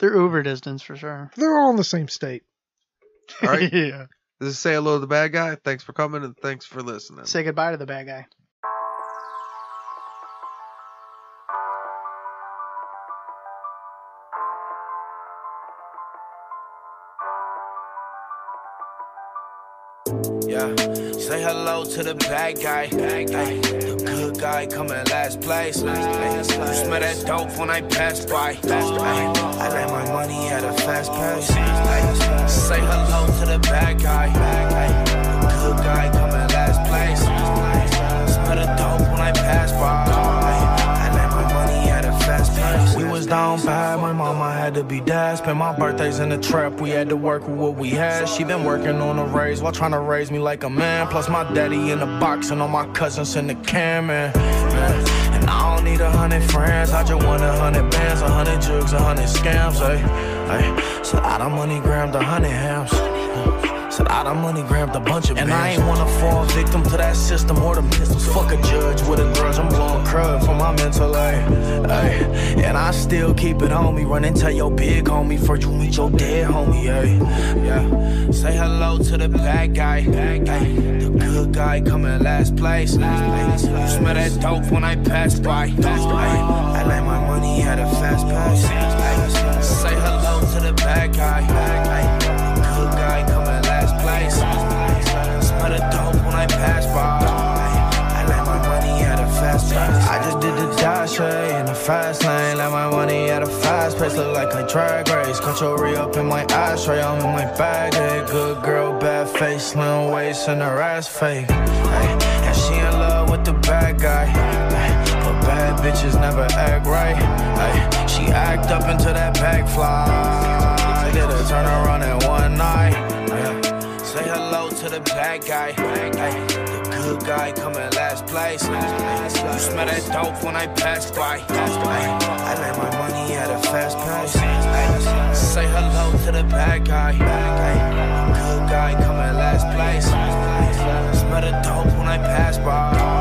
they're Uber distance for sure. They're all in the same state. all (laughs) right, yeah. this is say hello to the bad guy. Thanks for coming and thanks for listening. Say goodbye to the bad guy. Yeah, say hello to the bad guy. Ay, the good guy coming last place. Ay, smell that dope when I pass by. Oh, Ay, I let my money at a fast pace. Ay, say hello to the bad guy. Ay, the good guy coming last place. Ay, smell the dope when I pass by. Ay, I let my money at a fast pace. We was down bad, my mama had to be dad. Spent my birthdays in the trap, we had to work with what we had. She been working on a raise while trying to raise me like a man. Plus my daddy in the box and all my cousins in the cam. And, man, and I don't need a hundred friends, I just want a hundred bands, a hundred jugs, a hundred scams. Ay, ay. So out of money, grabbed a hundred hams. Said out of money, grabbed a bunch of And I ain't wanna fall victim to that system or the pistols. Fuck a judge with a grudge. I'm blowing crud for my mental life. Ay, and I still keep it on me. Run and tell your big homie first you meet your dead homie. Ay. Yeah. Say hello to the bad guy. Ay, the good guy coming last place. Ay, smell that dope when I pass by. Ay, I let my money at a fast pace. Ay, say hello to the bad guy. Ay, the good guy coming last place. Smell the dope when I pass by. I let my money at a fast pace. I just did the dash eh, in the fast lane. Let my money at a fast pace. Look like a drag race. Control re up in my ashtray. I'm in my bag. eh. Good girl, bad face. Slim waist and her ass fake. Ay, And she in love with the bad guy. Ay, But bad bitches never act right. Ay, She act up into that bag fly. I did a turnaround in one night. Yeah. Say hello to the bad guy. Ay, The good guy coming last place. Ay, You smell that dope when I pass by. Ay, I let my money at a fast pace. Ay, Say hello to the bad guy. Ay, The good guy coming last place. Ay, Smell the dope when I pass by.